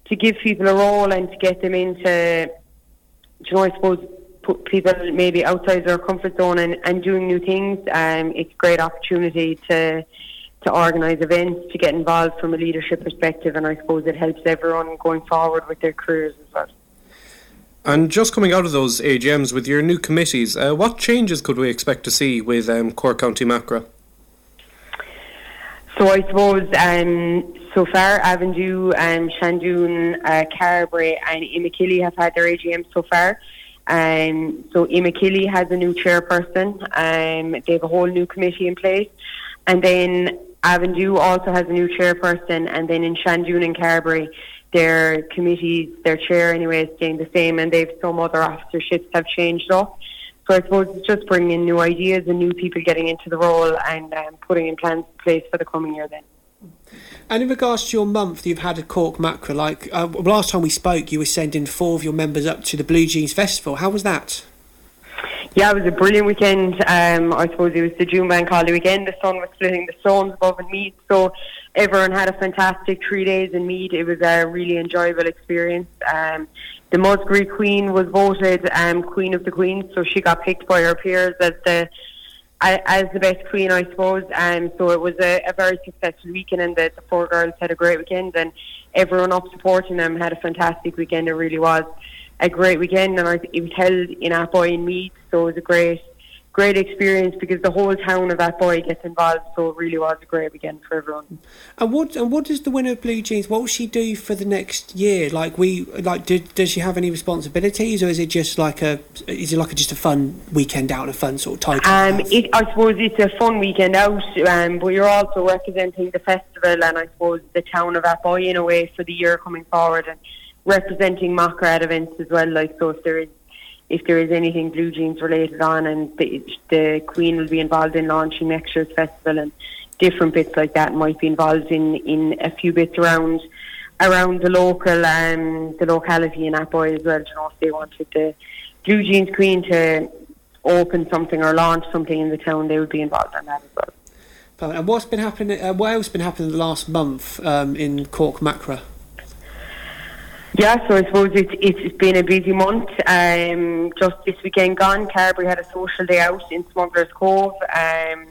S7: to give people a role and to get them into do you know, I suppose put people maybe outside their comfort zone and, and doing new things. Um, it's a great opportunity to to organise events, to get involved from a leadership perspective, and I suppose it helps everyone going forward with their careers as well.
S3: And just coming out of those AGMs with your new committees, uh, what changes could we expect to see with um, Cork County Macra?
S7: So I suppose um, so far Avondhu, um, Shandoon, uh, Carberry and Imakilly have had their AGM so far. Um, so Imakilly has a new chairperson. Um, they have a whole new committee in place. And then Avondhu also has a new chairperson. And then in Shandoon and Carberry, their committees, their chair anyway, is staying the same. And they've some other officerships have changed up. So I suppose it's just bringing in new ideas and new people getting into the role and um, putting in plans in place for the coming year then.
S1: And in regards to your month you've had at Cork Macra, like uh, last time we spoke, you were sending four of your members up to the Blue Jeans Festival. How was that?
S7: Yeah, it was a brilliant weekend. Um, I suppose it was the June Bank Holiday weekend. The sun was splitting the stones above in Mead, so everyone had a fantastic three days in Mead. It was a really enjoyable experience. Um, the Musgrave Queen was voted um, Queen of the Queens, so she got picked by her peers as the a- as the best queen, I suppose. Um, so it was a, a very successful weekend, and the, the four girls had a great weekend, and everyone up supporting them had a fantastic weekend. It really was a great weekend, and I, it was held in Atboy in Meath, so it was a great, great experience because the whole town of Atboy gets involved. So it really was a great weekend for everyone.
S1: And what and what does the winner of Blue Jeans? What will she do for the next year? Like we like, did, does she have any responsibilities, or is it just like a is it like a, just a fun weekend out and a fun sort of title?
S7: Um, it, I suppose it's a fun weekend out, um, but you're also representing the festival and I suppose the town of Atboy in a way for the year coming forward and representing Macra at events as well. Like so, if there is if there is anything Blue Jeans related on, and the, the Queen will be involved in launching next year's festival and different bits like that might be involved in in a few bits around around the local um, the locality in Atboy as well. You know, if they wanted the Blue Jeans Queen to open something or launch something in the town, they would be involved in that as well.
S1: and what's been happening? Uh, what else been happening the last month um, in Cork Macra?
S7: Yeah, so I suppose it's it's been a busy month. Um, just this weekend gone, Carberry had a social day out in Smugglers Cove. Um,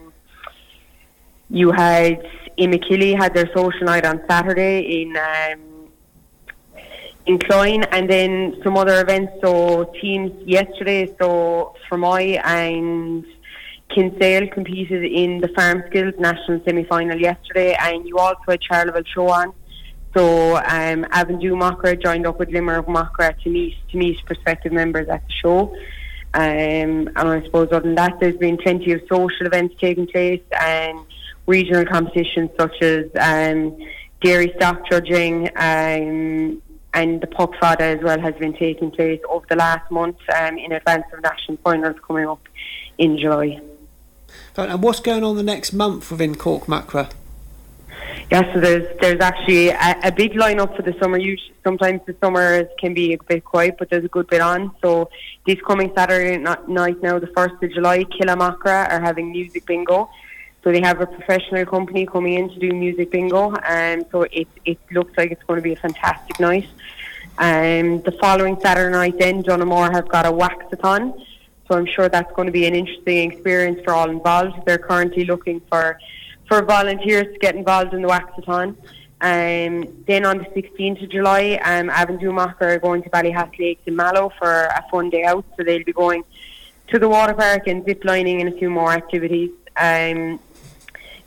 S7: you had Imakilly had their social night on Saturday in um, in Cloyne, and then some other events. So teams yesterday, so Fermoy and Kinsale competed in the Farm Skills National semi final yesterday, and you also had Charleville Show on So um, Avondhu Makra joined up with Limerick Makra to meet to meet prospective members at the show. Um, and I suppose other than that, there's been plenty of social events taking place and regional competitions such as um, dairy stock judging um, and the Puck Fada as well has been taking place over the last month um, in advance of national finals coming up in July.
S1: And what's going on the next month within Cork Macra?
S7: Yeah, so there's there's actually a, a big lineup for the summer. Usually, sometimes the summers can be a bit quiet, but there's a good bit on. So this coming Saturday no- night now, the first of July, Killamakra are having music bingo. So they have a professional company coming in to do music bingo, and so it it looks like it's going to be a fantastic night. Um, the following Saturday night, then Dunamore have got a waxathon, so I'm sure that's going to be an interesting experience for all involved. They're currently looking for for volunteers to get involved in the waxathon. Um, then on the 16th of July, um, Avondale Mocker are going to Ballyhack Lake in Mallow for a fun day out. So they'll be going to the water park and zip lining and a few more activities. Um,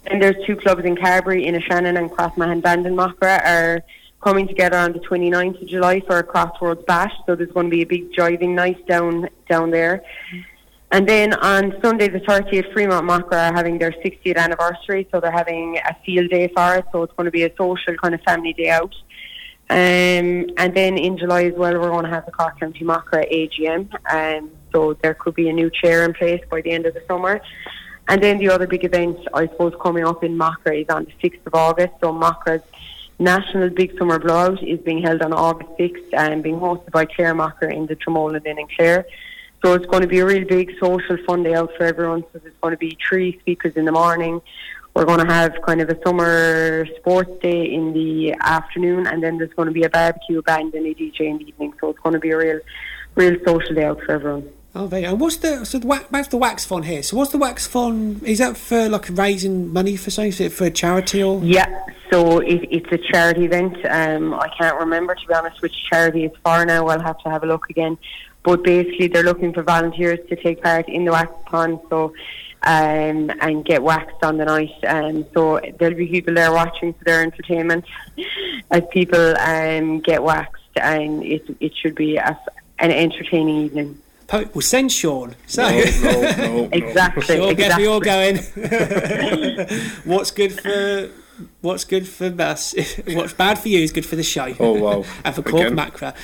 S7: and there's two clubs in Carberry, Inishannon and Crossmahan Bandon Mockra are coming together on the 29th of July for a Crossroads Bash. So there's going to be a big driving night down down there. And then on Sunday the 30th, Fremont Macra are having their 60th anniversary, so they're having a field day for it, so it's going to be a social kind of family day out. Um, and then in July as well, we're going to have the Cork County Macra AGM, um, so there could be a new chair in place by the end of the summer. And then the other big event, I suppose, coming up in Macra is on the 6th of August, so Macra's National Big Summer Blowout is being held on August 6th and being hosted by Clare Macra in the Tremolin Inn in Clare. So it's going to be a really big social fun day out for everyone. So there's going to be three speakers in the morning. We're going to have kind of a summer sports day in the afternoon, and then there's going to be a barbecue, a band, and a DJ in the evening. So it's going to be a real, real social day out for everyone.
S1: Oh, very. And what's the so the wax, that's the wax fund here? So what's the wax fund? Is that for like raising money for something? Is it for a charity or?
S7: Yeah, so it, it's a charity event. Um, I can't remember, to be honest, which charity it's for now. I'll have to have a look again. But basically, they're looking for volunteers to take part in the waxathon, so um, and get waxed on the night. Um, so there'll be people there watching for their entertainment as people um, get waxed, and it it should be a, an entertaining evening.
S1: Pope will send Sean. So
S8: No, no, no.
S7: Exactly.
S1: we all get
S7: exactly.
S1: we all going. what's good for what's good for us? what's bad for you is good for the show.
S8: Oh, wow.
S1: and for Cork
S8: Again.
S1: Macra.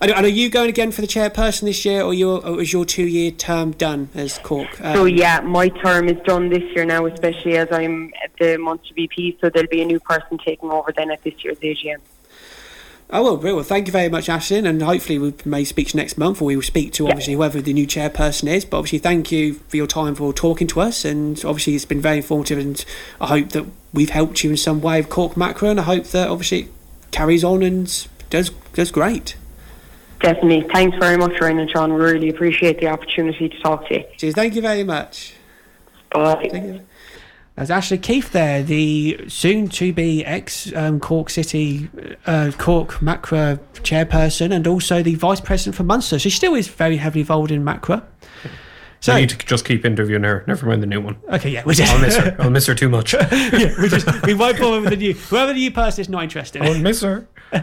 S1: And, and are you going again for the chairperson this year, or, your, or is your two-year term done as Cork? Um,
S7: So yeah, my term is done this year now, especially as I'm at the Munster VP. So there'll be a new person taking over then at this year's AGM.
S1: Oh well, brilliant. Well, thank you very much, Ashlyn, and hopefully we may speak to you next month, or we will speak to obviously whoever the new chairperson is. But obviously, thank you for your time for talking to us, and obviously it's been very informative, and I hope that we've helped you in some way of Cork Macro, and I hope that obviously it carries on and does does great.
S7: Definitely. Thanks very much, Ryan and Sean. Really appreciate the opportunity to talk to you.
S1: Cheers. Thank you very much.
S7: Bye.
S1: As Ashley Keith there, the soon to be ex um, Cork City, uh, Cork Macra chairperson, and also the vice president for Munster. She still is very heavily involved in Macra. So,
S3: I need to just keep interviewing her. Never mind the new one.
S1: okay, yeah, we just,
S3: I'll miss her. I'll miss her Oh, too much. I'll
S1: yeah, we just we won't bother with the new whoever the new person is not interested.
S3: miss her. Oh,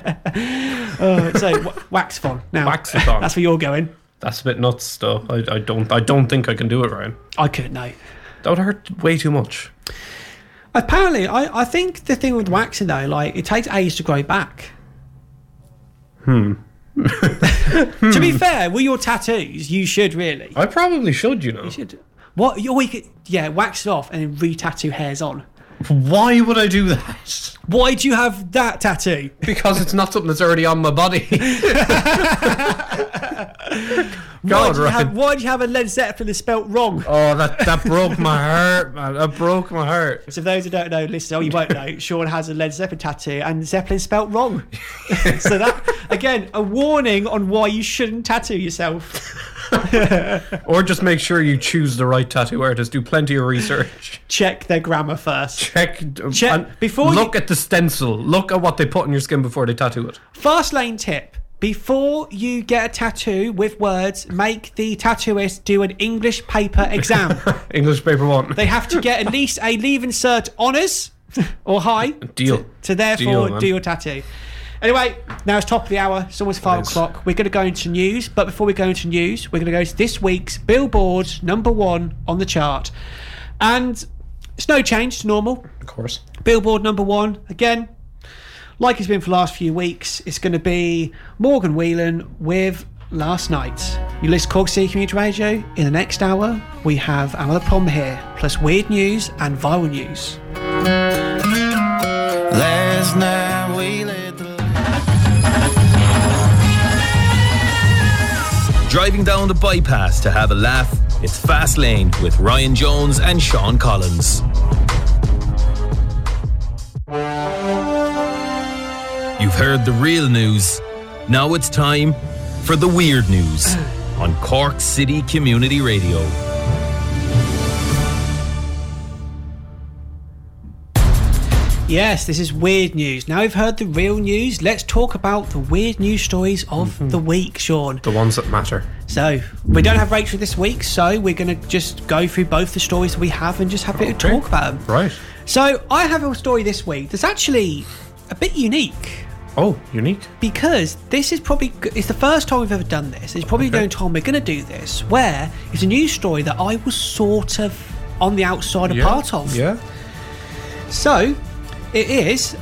S1: Uh, so w- wax fun now.
S3: Waxathon.
S1: That's where you're going.
S3: That's a bit nuts, though. I, I don't. I don't think I can do it, Ryan.
S1: I couldn't know.
S3: That would hurt way too much.
S1: Apparently, I, I think the thing with waxing though, like it takes ages to grow back. Hmm. to be fair, with your tattoos, you should really.
S3: I probably should, you know.
S1: Should. What? Or you could, yeah, wax it off and then re-tattoo hairs on.
S3: Why would I do that?
S1: Why do you have that tattoo?
S3: Because it's not something that's already on my body.
S1: Why
S3: God,
S1: do you
S3: Ryan.
S1: have, why do you have a Led Zeppelin that's spelt wrong?
S3: Oh, that, that broke my heart, man. That broke my heart.
S1: So for those who don't know, listen, oh, you won't know, Sean has a Led Zeppelin tattoo and Zeppelin spelt wrong. so that, again, a warning on why you shouldn't tattoo yourself.
S3: Or just make sure you choose the right tattoo artist. Do plenty of research.
S1: Check their grammar first.
S3: Check.
S1: Check-
S3: and
S1: before you-
S3: look at the stencil. Look at what they put on your skin before they tattoo it.
S1: Fast lane tip. Before you get a tattoo with words, make the tattooist do an English paper exam.
S3: English paper one.
S1: they have to get at least a leave insert honours or hi
S3: Deal.
S1: to therefore
S3: Deal, man.
S1: do your tattoo. Anyway, now it's top of the hour. It's almost five
S3: is.
S1: o'clock. We're going to go into news, but before we go into news, we're going to go to this week's Billboard number one on the chart, and it's no change to normal.
S3: Of course.
S1: Billboard number one again, like it's been for the last few weeks. It's going to be Morgan Whelan with Last Night. You list Cork City Community Radio. In the next hour, we have another problem here, plus weird news and viral news.
S4: Last night we lit the
S2: Driving down the bypass to have a laugh, it's Fast Lane with Ryan Jones and Sean Collins. You've heard the real news. Now it's time for the weird news on Cork City Community Radio.
S1: Yes, this is weird news. Now we've heard the real news. Let's talk about the weird news stories of
S3: Mm-hmm.
S1: the week, Sean.
S3: The ones that matter.
S1: So we don't have Rachel this week, so we're going to just go through both the stories that we have and just have a bit of
S3: Okay.
S1: talk about them.
S3: Right.
S1: So I have a story this week that's actually a bit unique
S3: Oh, unique.
S1: because this is probably it's the first time we've ever done this. It's probably the
S3: Okay.
S1: only time we're going to do this. Where it's a news story that I was sort of on the outside a
S3: Yeah.
S1: part of.
S3: Yeah.
S1: So it is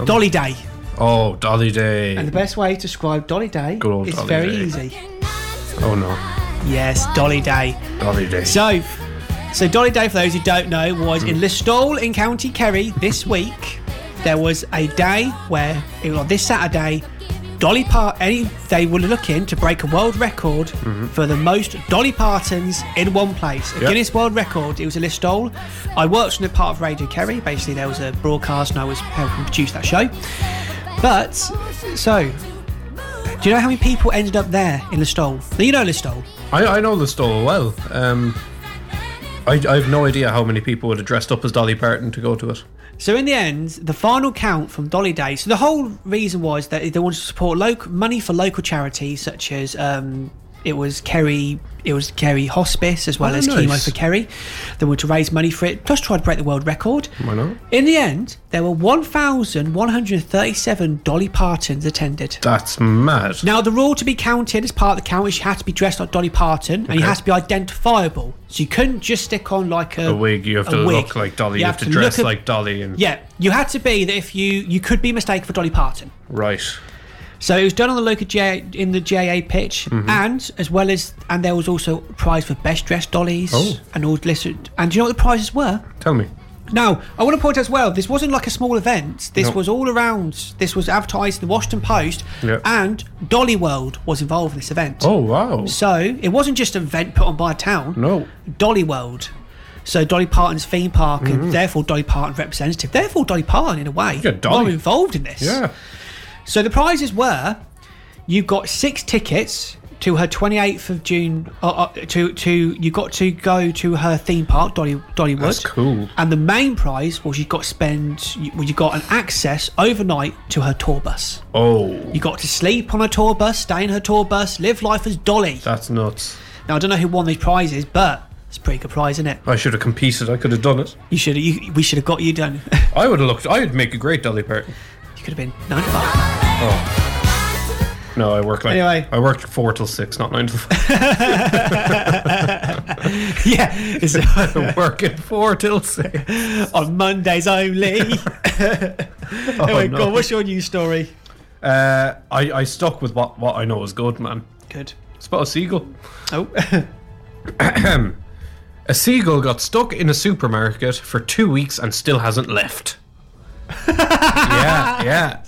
S3: me.
S1: Dolly Day.
S3: Oh, Dolly Day.
S1: And the best way to describe Dolly Day
S3: Good old
S1: is
S3: Dolly
S1: very
S3: Day.
S1: easy.
S3: oh no,
S1: Yes, Dolly Day.
S3: Dolly Day. Hmm.
S1: So, so Dolly Day, for those who don't know, was in Listowel in County Kerry this week. There was a day where it was on this Saturday. Dolly Part any they were looking to break a world record for the most Dolly Partons in one place. A
S3: Mm-hmm. Yep.
S1: Guinness World Record. It was in Listowel. I worked on a part of Radio Kerry. Basically, there was a broadcast and I was helping produce that show. But so, do you know how many people ended up there in Listowel? You know Listowel.
S3: I, I know the store well. Um, I, I have no idea how many people would have dressed up as Dolly Parton to go to it.
S1: So in the end, the final count from Dolly Day. So the whole reason was that they wanted to support local money for local charities such as um, it was Kerry, it was Kerry Hospice as well
S3: Oh,
S1: as chemo
S3: nice.
S1: for Kerry. They wanted to raise money for it, plus try to break the world record.
S3: Why not?
S1: In the end, there were 1,137 Dolly Partons attended.
S3: That's mad.
S1: Now, the rule to be counted as part of the count is you had to be dressed like Dolly Parton and you
S3: Okay.
S1: had to be identifiable. So you couldn't just stick on like a,
S3: a wig. You have
S1: a
S3: to
S1: wig.
S3: look like Dolly. You, have, to, dress
S1: look a-
S3: like Dolly. And
S1: Yeah, you had to be that if you you could be mistaken for Dolly Parton.
S3: right.
S1: So it was done on the local J in the JA pitch,
S3: Mm-hmm.
S1: and as well as and there was also a prize for best dressed dollies
S3: Oh.
S1: and all listen. And do you know what the prizes were?
S3: Tell me.
S1: Now I want to point out as well, this wasn't like a small event. This
S3: No.
S1: was all around. This was advertised in the Washington Post,
S3: Yeah.
S1: and Dolly World was involved in this event.
S3: Oh wow.
S1: So it wasn't just an event put on by a town.
S3: No.
S1: Dolly World. So Dolly Parton's theme park, and therefore Dolly Parton representative, therefore Dolly Parton in a way,
S3: Mm-hmm. Yeah, Dolly.
S1: were involved in this.
S3: Yeah.
S1: So the prizes were, you got six tickets to her 28th of June. Uh, uh, to to you got to go to her theme park, Dolly Dollywood.
S3: That's cool.
S1: And the main prize was you got to spend, you, well, you got an access overnight to her tour bus.
S3: Oh,
S1: You got to sleep on her tour bus, stay in her tour bus, live life as Dolly.
S3: that's nuts.
S1: Now I don't know who won these prizes, but it's a pretty good prize, isn't it?
S3: I should have competed. I could have done it.
S1: You should you, we should have got you done.
S3: I would have looked. I would make a great Dolly Parton.
S1: you could have been nine to five.
S3: No, I work like
S1: Anyway.
S3: I worked four till six, not nine till five.
S1: yeah, it's
S3: Working four till six.
S1: on Mondays only. anyway,
S3: Oh, no.
S1: go on, what's your news story?
S3: Uh, I I stuck with what what I know is good, man.
S1: Good.
S3: Spot a seagull.
S1: Oh,
S3: A seagull got stuck in a supermarket for two weeks and still hasn't left. yeah, yeah.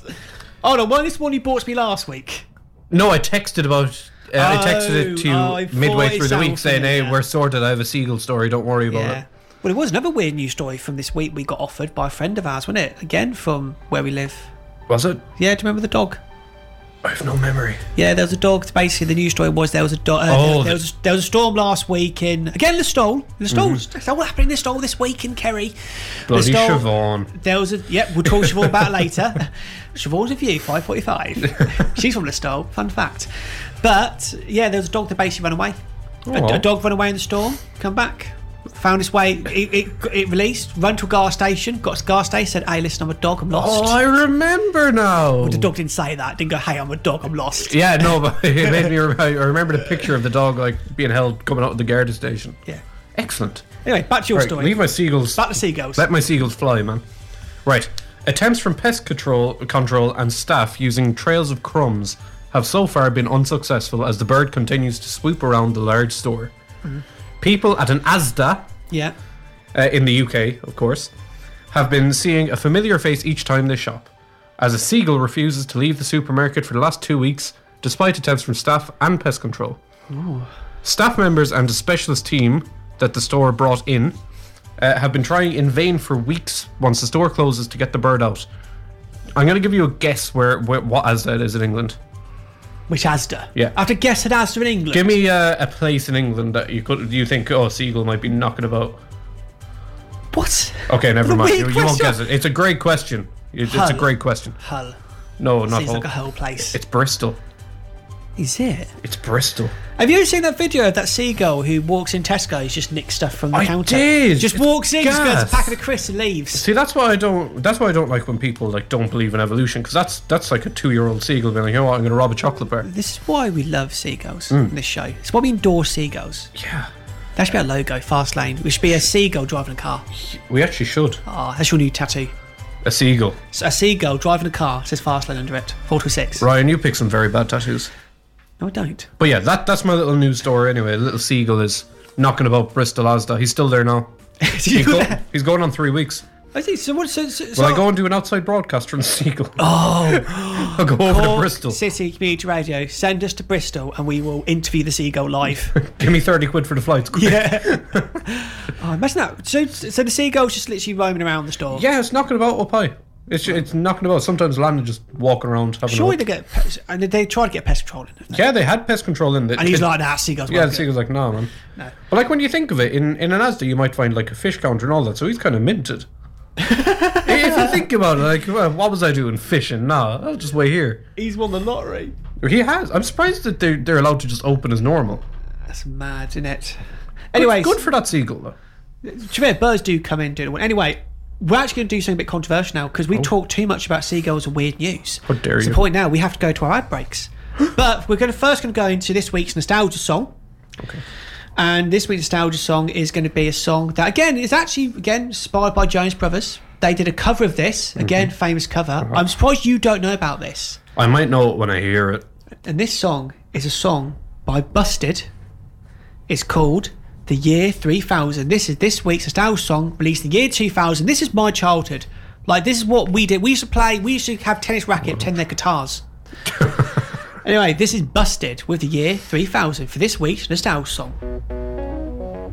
S1: oh no! Why this one you bought to me last week?
S3: No, I texted about. Uh, I texted it to you
S1: Oh, I thought
S3: midway
S1: it
S3: through the week
S1: sounded
S3: saying, "Hey,
S1: familiar.
S3: we're sorted. I have a seagull story. Don't worry about
S1: Yeah.
S3: it."
S1: Well, it was another weird news story from this week we got offered by a friend of ours, wasn't it? Again from where we live.
S3: Was it?
S1: Yeah, do you remember the dog?
S3: I have no memory.
S1: Yeah, there was a dog. Basically, the news story was there was a dog. Uh, there,
S3: Oh, the-
S1: there was there was a storm last week in again Listowel. Listowel. That's what happened in Listowel this week in Kerry.
S3: Mm-hmm. Bloody
S1: Listowel-
S3: Siobhan.
S1: There was a yep. We'll talk Siobhan about it later. Siobhan's a view. Five forty-five. She's from Listowel. Fun fact. But yeah, there was a dog that basically ran away. A-
S3: Oh.
S1: A, dog ran away in the storm. Come back. found its way. It, it, it released, run to a gas station, got to a gas station, said, hey, listen, I'm a dog, I'm lost.
S9: Oh, I remember
S3: Oh.
S9: now.
S1: the dog didn't say that, didn't go, hey, I'm a dog, I'm lost.
S9: Yeah, no, but it made me. Remember, I remember the picture of the dog like being held coming out of the garda station.
S1: Yeah.
S9: Excellent.
S1: Anyway, back to your
S9: Right,
S1: story.
S9: leave my seagulls.
S1: Back to seagulls.
S9: Let my seagulls fly, man. Right. Attempts from pest control, control and staff using trails of crumbs have so far been unsuccessful as the bird continues to swoop around the large store. People at an ASDA
S1: yeah.
S9: uh, in the UK, of course, have been seeing a familiar face each time they shop, as a seagull refuses to leave the supermarket for the last two weeks, despite attempts from staff and pest control. Staff members and a specialist team that the store brought in uh, have been trying in vain for weeks once the store closes to get the bird out. I'm going to give you a guess where, where what ASDA is in England.
S1: Which Asda?
S9: Yeah.
S1: I have to guess at Asda in England.
S9: Give me uh, a place in England that you could you think oh seagull might be knocking about.
S1: What?
S9: Okay, never
S1: The
S9: mind.
S1: weird
S9: You, you won't
S1: question.
S9: guess it. It's a great question. It's, it's a
S1: Hull.
S9: great question.
S1: Hull.
S9: No, not
S1: Seems
S9: Hull.
S1: like a Hull place.
S9: It's Bristol.
S1: Is it?
S9: It's Bristol.
S1: Have you ever seen that video of that seagull who walks in Tesco? He's just nicks stuff from the
S9: I
S1: counter.
S9: did.
S1: Just
S9: It's
S1: walks in, just goes
S9: gas.
S1: a packet of crisps and leaves.
S9: See, that's why I don't. That's why I don't like when people like don't believe in evolution because that's that's like a two-year-old seagull being like, you know what, I'm gonna rob a Mm. chocolate bar.
S1: This is why we love seagulls in this show. It's why we endorse seagulls.
S9: Yeah,
S1: That should be our logo, fast lane. We should be a seagull driving a car.
S9: we actually should.
S1: Ah, that's your new tattoo.
S9: A seagull.
S1: So a seagull driving a car says fast lane under it. Four to six.
S9: Ryan, you pick some very bad tattoos.
S1: No, I don't.
S9: But yeah, that that's my little news story anyway. Little seagull is knocking about Bristol Asda. He's still there now.
S1: you
S9: He's, go-
S1: there?
S9: he's going on three weeks.
S1: I see. So what? So, so,
S9: Will
S1: so-
S9: I go and do an outside broadcast from Seagull? Oh, I'll go over to
S1: Cork
S9: Bristol.
S1: City Community Radio. Send us to Bristol and we will interview the seagull live.
S9: Give me thirty quid for the flights. quick.
S1: yeah. oh, imagine that. So, so the seagull's just literally roaming around the store.
S9: Yeah, it's knocking about up high. It's it's knocking about. Sometimes land is just walking around having.
S1: Surely
S9: a
S1: they
S9: look.
S1: get pest, and they try to get pest control in. don't they?
S9: Yeah, they had pest control in. The,
S1: And he's
S9: it-
S1: like, nah, seagulls.
S9: Yeah,
S1: won't
S9: the
S1: do it."
S9: seagull's like, nah, man. But like when you think of it, in in an Asda you might find like a fish counter and all that. So he's kind of minted. if you think about it, like, well, what was I doing fishing? Nah, I'll just wait here.
S1: He's won the lottery.
S9: He has. I'm surprised that they're, they're allowed to just open as normal.
S1: That's mad, isn't it? Anyway,
S9: good for that seagull though.
S1: Trevor, birds do come in, do they? Anyway, we're actually going to do something a bit controversial now because we talk too much about seagulls and weird news.
S9: Oh. How dare
S1: It's
S9: you.
S1: the point now we have to go to our ad breaks. but we're going to first going to go into this week's nostalgia song. Okay. And this week's nostalgia song is going to be a song that again is actually again inspired by Jones Brothers. They did a cover of
S9: Mm-hmm.
S1: this again, famous cover.
S9: Uh-huh.
S1: I'm surprised you don't know about this.
S9: I might know it when I hear it.
S1: And this song is a song by Busted. It's called The Year 3000. This is this week's nostalgia song released in the year 2000. This is my childhood. Like, this is what we did. We used to play, we used to have tennis racket, pretend they're guitars. anyway, this is Busted with The Year 3000 for this week's nostalgia song.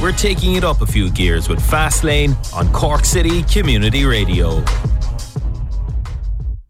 S2: We're taking it up a few gears with Fastlane on Cork City Community Radio.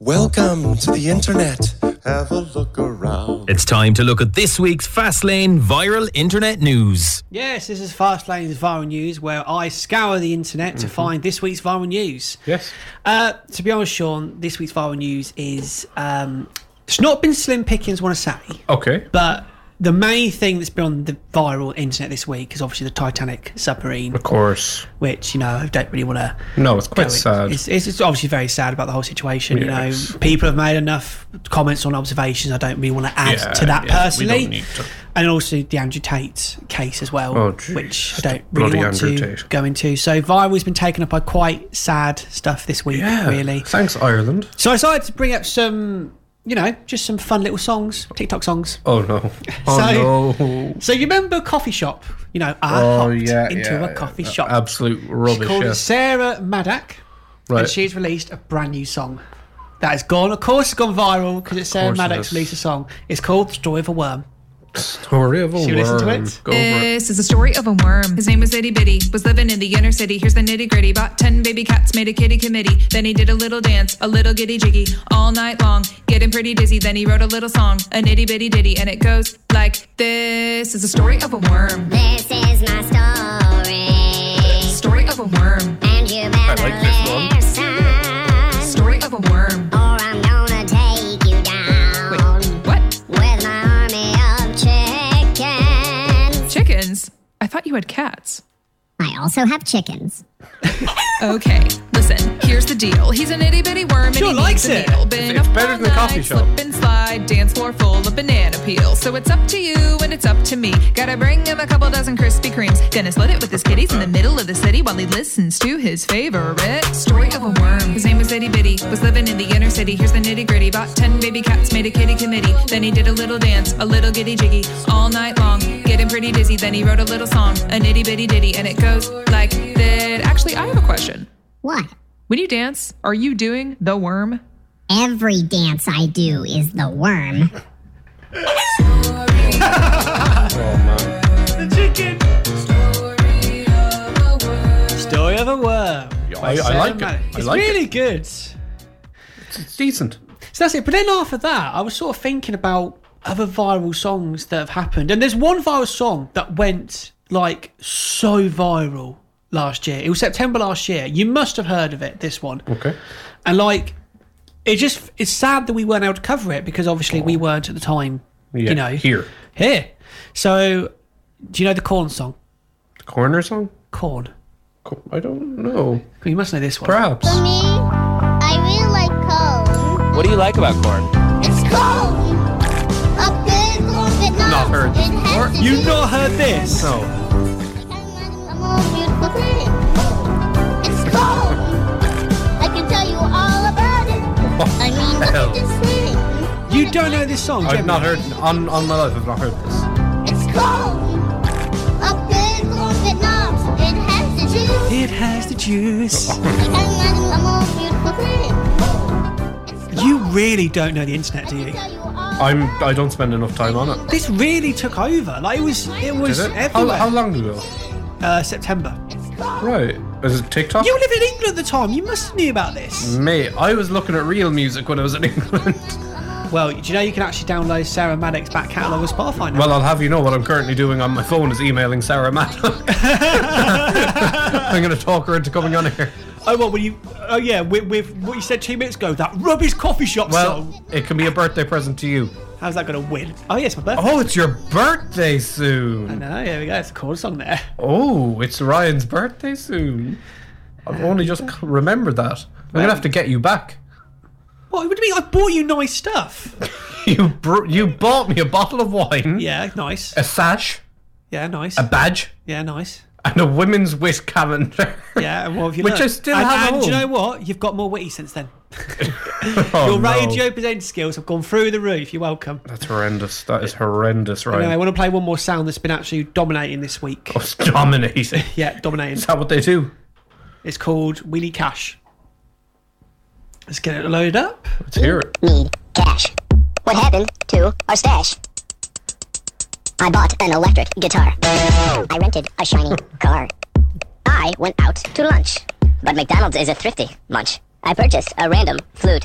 S4: Welcome to the internet. Have a look around.
S2: It's time to look at this week's Fastlane viral internet news.
S1: Yes, this is Fast Lane's Viral News, where I scour the internet to find this week's viral news.
S9: Yes.
S1: Uh, to be honest, Sean, this week's viral news is um, it's not been slim pickings, want to say,
S9: Okay.
S1: but the main thing that's been on the viral internet this week is obviously the Titanic submarine,
S9: Of course.
S1: which you know I don't really want to.
S9: No, it's quite sad.
S1: It's, it's, it's obviously very sad about the whole situation.
S9: Yes.
S1: You know, people have made enough comments on observations. I don't really want to add
S9: Yeah,
S1: to that
S9: yeah, we don't
S1: personally,
S9: need to.
S1: and also the Andrew Tate case as well,
S9: Oh, jeez,
S1: which I
S9: the
S1: don't really
S9: bloody
S1: want
S9: Andrew
S1: to
S9: Tate.
S1: go into. So viral's been taken up by quite sad stuff this week, really.
S9: Thanks, Ireland.
S1: So I decided to bring up some, you know, just some fun little songs, TikTok songs.
S9: Oh no.
S1: So-
S9: Oh no.
S1: So you remember a coffee shop? You know, I
S9: Oh
S1: hopped
S9: yeah.
S1: into
S9: yeah,
S1: a coffee
S9: yeah.
S1: shop.
S9: Absolute rubbish.
S1: called
S9: yeah.
S1: Sarah Maddock,
S9: Right.
S1: and she's released a brand new song that has gone, of course, it's gone viral because it's Sarah
S9: course it
S1: Maddock's
S9: has.
S1: released a song. It's called "The Story of a Worm."
S9: Story of a
S1: Should we listen to
S9: worm.
S1: it?
S9: Go for it.
S8: This is the story of a worm. His name was Itty Bitty. Was living in the inner city. Here's the nitty gritty. Bought ten baby cats, made a kitty committee. Then he did a little dance, a little giddy jiggy, all night long, getting pretty dizzy. Then he wrote a little song, an itty bitty ditty, and it goes like this: Is the story of a worm.
S10: This is my story.
S8: Story of a of a worm.
S10: And you
S9: I
S10: better
S9: like this one.
S10: listen,
S8: Story of a worm.
S10: or I'm gonna take you down
S8: Wait, what?
S10: with my army of chickens.
S8: Chickens? I thought you had cats.
S10: I also have chickens.
S8: Okay, listen, here's the deal. He's an itty bitty worm and
S1: Sure
S8: he
S1: likes
S8: likes needs
S1: it.
S8: a meal. Been
S9: It's- it's
S8: up
S9: better
S8: all
S9: than the coffee
S8: night,
S9: shop.
S8: Slip and slide, dance floor full of banana peel. So it's up to you and it's up to me. Gotta bring him a couple dozen Krispy Kremes. Gonna split it with his kitties in the middle of the city while he listens to his favorite story of a worm. His name was Itty Bitty, was living in the inner city. Here's the nitty gritty. Bought 10 baby cats, made a kitty committee. Then he did a little dance, a little giddy jiggy, all night long. Getting pretty dizzy. Then he wrote a little song, an itty bitty ditty. And it goes like that. Actually, I have a question.
S10: What?
S8: When you dance, are you doing the worm?
S10: Every dance I do is the worm.
S1: Story of a worm.
S9: I, I like it. I
S1: It's
S9: like
S1: really
S9: it.
S1: good. So
S9: It's decent.
S1: that's it. But then after that, I was sort of thinking about other viral songs that have happened. And there's one viral song that went like so viral last year. It was September last year. You must have heard of it, this one.
S9: Okay.
S1: And like, it just, it's sad that we weren't able to cover it because obviously we weren't at the time,
S9: Yeah,
S1: you know.
S9: here.
S1: Here. So, do you know the corn song?
S9: The corner song?
S1: Corn.
S9: Co- I don't know.
S1: You must know this one.
S9: Perhaps.
S10: Me? I really like corn.
S2: What do you like about corn?
S10: It's corn! A good corn, but not,
S9: Not heard.
S10: It has to
S1: You've
S10: do
S1: not heard this?
S9: No.
S10: I'm all beautiful thing. It's cold. I can tell you all about it. I mean, look
S9: hell?
S10: at this thing.
S1: You don't know this song,
S9: I've
S1: Gemma?
S9: not heard on on my life. I've not heard this.
S10: It's cold. A big long knobs. It has to do.
S1: It has the juice.
S10: I'm all beautiful thing. It's
S1: You
S10: cold.
S1: really don't know the internet,
S10: I
S1: do
S10: can
S1: you?
S10: tell you all
S9: I'm.
S10: about
S9: I don't spend enough time on it.
S1: This really took over. Like it was, it was
S9: Is it? How,
S1: everywhere.
S9: how long ago?
S1: Uh, September.
S9: Right. Is it TikTok?
S1: You lived in England at the time. You must have knew about this.
S9: Mate, I was looking at real music when I was in England. Mm.
S1: Well, do you know you can actually download Sarah Maddox's back catalogue of Spotify now?
S9: Well, I'll have you know what I'm currently doing on my phone is emailing Sarah Maddox. I'm going to talk her into coming on here.
S1: oh, well, will you? Oh, yeah, with, with what you said two minutes ago, that rubbish coffee shop
S9: Well,
S1: song.
S9: it can be a birthday present to you.
S1: How's that going to win? Oh, yes, my birthday.
S9: Oh, it's your birthday soon.
S1: No, here we go. It's a cool song there.
S9: Oh, it's Ryan's birthday soon. I've only just c- remembered that. I'm going to have to get you back.
S1: What, what do you mean? I bought you nice stuff.
S9: You br- you bought me a bottle of wine,
S1: Yeah, nice.
S9: a sash,
S1: Yeah, nice.
S9: a badge,
S1: Yeah, nice.
S9: and a women's wish calendar.
S1: Yeah, well, if you
S9: Which I
S1: look-
S9: still
S1: and,
S9: have at
S1: And do you know
S9: home.
S1: what? You've got more witty since then.
S9: Oh,
S1: Your
S9: no.
S1: radio presenter skills have gone through the roof. You're welcome.
S9: That's horrendous. That is horrendous, Ryan.
S1: Anyway, I want to play one more sound that's been actually dominating this week.
S9: Us dominating.
S1: Yeah, dominating.
S9: Is that what they do?
S1: It's called Wheelie Cash. Let's get it loaded up.
S9: Let's hear it.
S10: need cash. What happened to our stash? I bought an electric guitar. I rented a shiny car. I went out to lunch, but McDonald's is a thrifty munch. I purchased a random flute.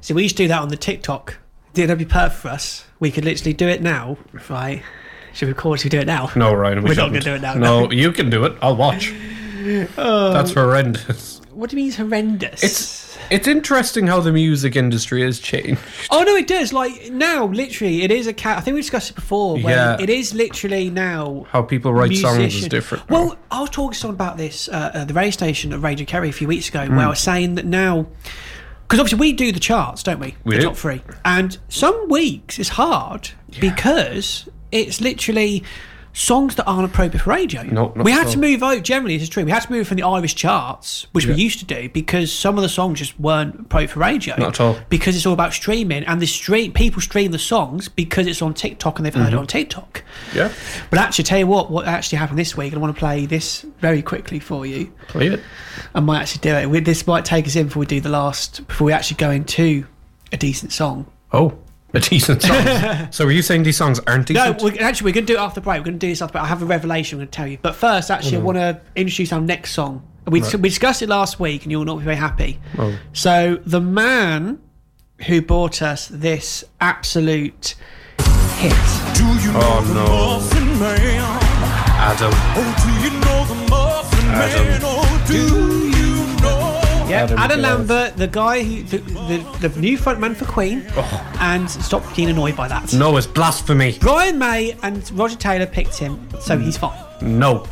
S1: See, we used to do that on the TikTok. Did that be perfect for us? We could literally do it now, right? Should we call it? Should we do it now?
S9: No, Ryan, we
S1: We're not gonna
S9: shouldn't.
S1: do it now, Oh.
S9: No, you can do it. I'll watch. That's horrendous.
S1: What do you mean it's horrendous?
S9: It's it's interesting how the music industry has changed.
S1: Oh no, it does. Like now, literally, it is a cat. I think we discussed it before. Where
S9: Yeah.
S1: It is literally now
S9: How people write songs is
S1: musician-
S9: different. now.
S1: Well, I was talking to someone about this uh, at the radio station at Radio Kerry a few weeks ago, where I
S9: Hmm.
S1: was saying that now, because obviously we do the charts, don't we?
S9: We
S1: the
S9: do.
S1: top three, and some weeks it's hard because it's literally songs that aren't appropriate for radio.
S9: No, not
S1: we had
S9: at
S1: to
S9: all.
S1: move out. Generally, this is true. We had to move from the Irish charts, which we used to do, because some of the songs just weren't appropriate for radio.
S9: Not at all.
S1: Because it's all about streaming, and the stream people stream the songs because it's on TikTok and they've
S9: Mm-hmm.
S1: heard it on TikTok.
S9: yeah,
S1: But actually, tell you what, what actually happened this week, and I want to play this very quickly for you.
S9: play it.
S1: I might actually do it. We, this might take us in before we do the last, before we actually go into a decent song.
S9: Oh, a decent song. so, are you saying these songs aren't
S1: No,
S9: decent?
S1: we actually, we're going to do it after the break. We're going to do this after the break. I have a revelation I'm going to tell you. But first, actually, I want to introduce our next song. We, we discussed it last week, and you'll not be very happy.
S9: Oh,
S1: So, the man who bought us this absolute hit.
S4: Do you know
S9: Oh,
S4: the
S9: no.
S4: Muffin Man?
S9: Adam,
S4: Oh, do you know the Muffin
S9: Adam.
S4: Man? Oh, do
S1: Yeah,
S9: Adam
S1: Adam,
S9: Gillis.
S1: Lambert, the guy who the, the, the new frontman for Queen, and stopped being annoyed by that.
S9: Oh. No, it's blasphemy.
S1: Brian May and Roger Taylor picked him, so he's fine.
S9: No.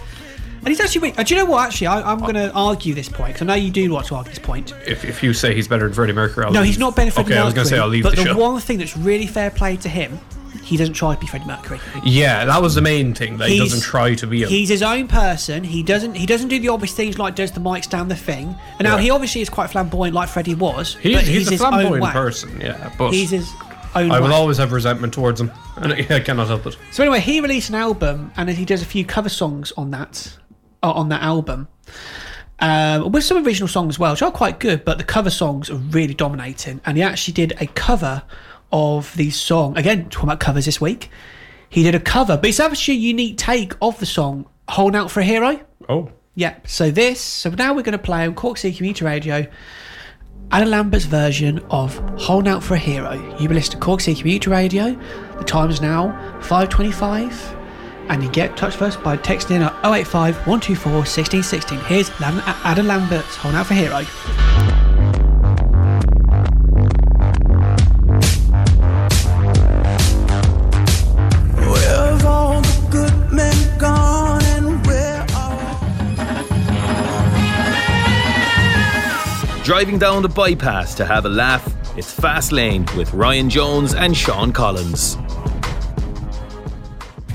S1: And he's actually. win- uh, Do you know what? Actually, I, I'm going to argue this point because I know you do want to argue this point.
S9: If, if you say he's better than Freddie Mercury, I'll
S1: No,
S9: leave.
S1: he's not benefiting
S9: Okay,
S1: Mercury.
S9: I was going to say I'll leave
S1: But
S9: the,
S1: the,
S9: show.
S1: one thing that's really fair play to him, he doesn't try to be Freddie Mercury.
S9: Yeah, that was the main thing that he
S1: He's-
S9: doesn't try to be. Him.
S1: He's his own person. He doesn't. He doesn't do the obvious things like does the mics down the thing. And now
S9: Right.
S1: he obviously is quite flamboyant, like Freddie was.
S9: He,
S1: but
S9: he's, a
S1: his own
S9: flamboyant
S1: way.
S9: person. Yeah, but
S1: He's his own.
S9: I will
S1: way.
S9: always have resentment towards him, and I I cannot help it.
S1: So anyway, he released an album, and he does a few cover songs on that uh, on that album, um, with some original songs as well, which are quite good. But the cover songs are really dominating, and he actually did a cover of the song again. Talking about covers this week, he did a cover, but it's actually a unique take of the song "Hold Out for a Hero."
S9: Oh,
S1: Yep. So this. So now we're going to play on Cork City Community Radio. Alan Lambert's version of "Hold Out for a Hero." You will listen to Cork City Community Radio. The time is now 5:25, and you get in touch with us by texting in at 085 124 1616. Here's Lam- Adam Lambert's "Hold Out for a Hero."
S4: Where have all the good men gone and where are
S2: Driving down the bypass to have a laugh, it's Fast Lane with Ryan Jones and Sean Collins.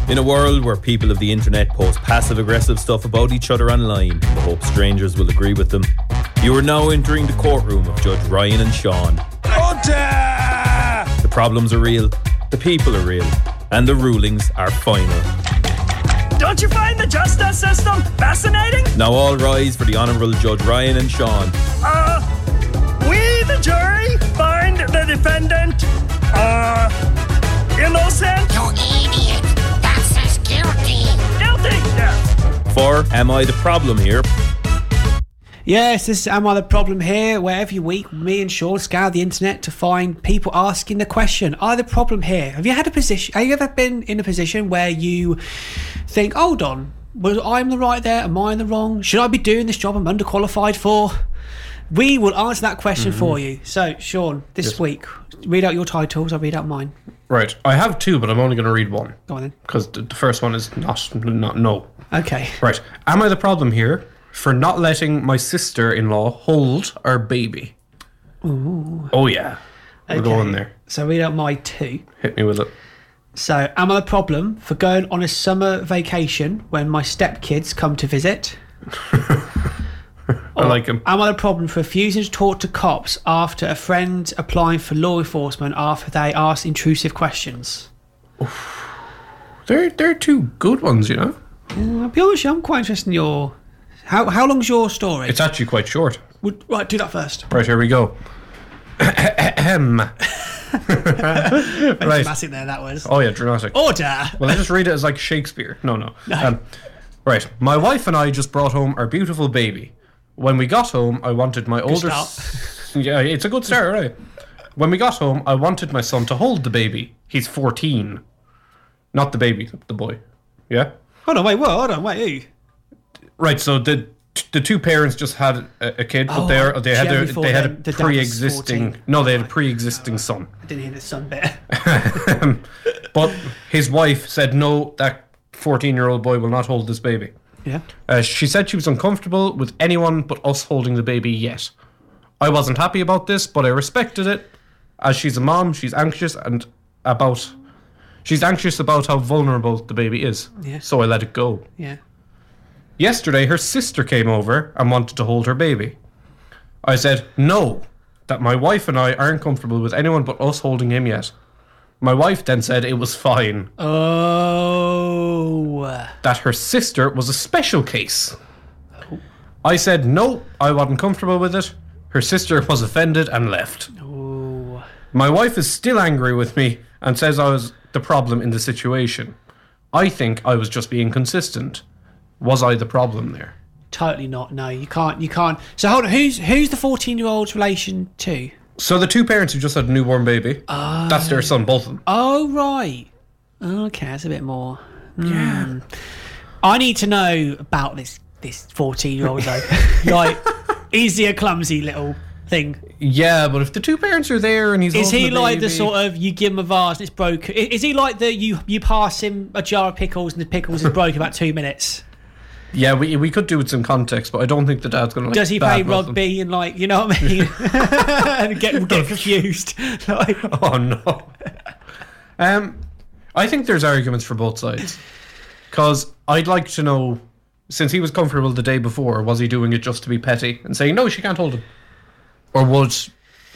S2: In a world where people of the internet post passive aggressive stuff about each other online in the hope strangers will agree with them, you are now entering the courtroom of Judge Ryan and Sean. The problems are real, the people are real, and the rulings are final.
S10: Don't you find the justice system fascinating?
S2: Now, all rise for the Honourable Judge Ryan and Sean.
S10: Uh, we, the jury, find the defendant, uh, innocent. You idiot. That says guilty. Guilty, yeah.
S2: For Am I the Problem Here?
S1: Yes, this is Am I the Problem Here, where every week me and Sean scour the internet to find people asking the question, Are the problem here? Have you had a position have you ever been in a position where you think, hold on, was I in the right there? Am I in the wrong? Should I be doing this job I'm underqualified for? We will answer that question for you. So, Sean, this week, read out your titles, I'll read out mine.
S9: right. I have two, but I'm only going to read one
S1: Go on then.
S9: because the, the first one is not not no.
S1: Okay.
S9: Right. Am I the problem here for not letting my sister-in-law hold our baby? Ooh. Oh yeah. We're going there.
S1: So read out my two.
S9: Hit me with it.
S1: So, am I the problem for going on a summer vacation when my stepkids come to visit? Oh.
S9: I like him.
S1: Am I the problem for refusing to talk to cops after a friend applying for law enforcement after they ask intrusive questions?
S9: They're they're two good ones, you know.
S1: I'll be honest, with you, I'm quite interested in your. How, how long's your story?
S9: It's actually quite short.
S1: Would- right, do that first.
S9: Right, here we go. Oh, Ahem. right.
S1: Massive there, that was.
S9: Oh yeah, dramatic.
S1: Order!
S9: Well, I just read it as like Shakespeare. No, no. Um, right. My wife and I just brought home our beautiful baby. When we got home, I wanted my older.
S1: start.
S9: s- yeah, it's a good start, right? When we got home, I wanted my son to hold the baby. He's fourteen, not the baby, the boy. Yeah.
S1: Hold on, wait, what? Hold on, wait, who?
S9: Right. So the the two parents just had a, a kid, but
S1: Oh,
S9: they they had their,
S1: Jeremy
S9: they had a
S1: Ford, the dad was
S9: pre-existing.
S1: 14.
S9: No, they had a pre-existing son.
S1: I didn't hear the sun bit.
S9: But his wife said no. That fourteen-year-old boy will not hold this baby.
S1: yeah.
S9: Uh, she said she was uncomfortable with anyone but us holding the baby yet. I wasn't happy about this, but I respected it. As she's a mom, she's anxious and about. She's anxious about how vulnerable the baby is.
S1: Yeah.
S9: So I let it go.
S1: Yeah.
S9: Yesterday, her sister came over and wanted to hold her baby. I said, no, that my wife and I aren't comfortable with anyone but us holding him yet. My wife then said it was fine,
S1: Oh.
S9: that her sister was a special case. I said, no, I wasn't comfortable with it. Her sister was offended and left. My wife is still angry with me and says I was the problem in the situation. I think I was just being consistent. Was I the problem there?
S1: Totally not. No, you can't. You can't. So hold on. Who's who's the fourteen-year-old's relation to?
S9: So the two parents who just had a newborn baby, that's their son, both of them.
S1: Oh right. Okay, that's a bit more. Hmm. I need to know about this this 14 year old though. like, is he a clumsy little thing?
S9: Yeah, but if the two parents are there and he's
S1: is he
S9: holding the
S1: like the
S9: baby-
S1: sort of you give him a vase and it's broken? Is he like the you you pass him a jar of pickles and the pickles is broke in about two minutes?
S9: Yeah, we, we could do with some context, but I don't think the dad's gonna. Like,
S1: Does he play
S9: bad mouth them.
S1: rugby and like you know what I mean? and get get confused. Like,
S9: oh no. Um, I think there's arguments for both sides, because I'd like to know, since he was comfortable the day before, was he doing it just to be petty and saying no, she can't hold him, or would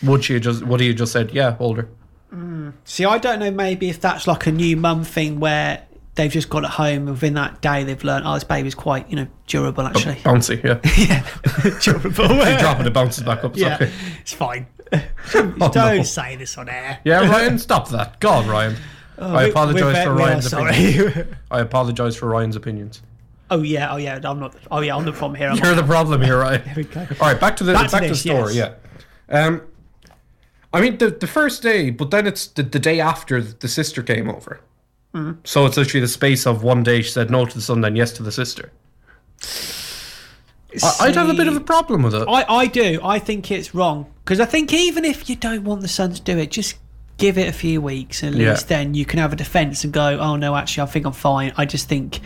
S9: would she just would he have just said yeah, hold her?
S1: See, I don't know. Maybe if that's like a new mum thing where they've just got at home and within that day they've learned, oh, this baby's quite you know
S9: Oh,
S1: durable actually.
S9: Bouncy, yeah.
S1: durable.
S9: if you drop it, it bounces back up. It's
S1: yeah,
S9: okay.
S1: it's fine.
S9: Oh,
S1: don't
S9: no.
S1: say this on air.
S9: Yeah, Ryan, stop that. God, Ryan.
S1: Oh, we-
S9: I
S1: we're
S9: apologise
S1: very-
S9: for
S1: we are
S9: Ryan's
S1: sorry.
S9: opinions. I apologise for Ryan's opinions.
S1: Oh yeah, oh yeah. I'm not. Oh yeah, I'm the problem here. I'm
S9: You're the problem here, right?
S1: There we go.
S9: All right, back to the
S1: Back
S9: back
S1: to
S9: to,
S1: this,
S9: the story.
S1: yes.
S9: Yeah. Um, I mean the the first day, but then it's the, the day after the sister came over.
S1: Mm.
S9: So it's literally the space of one day she said no to the son, then yes to the sister. I, I'd have a bit of a problem with it.
S1: I, I do. I think it's wrong because I think even if you don't want the son to do it, just give it a few weeks. At
S9: Yeah.
S1: least then you can have a defence and go, "Oh no, actually, I think I'm fine. I just think."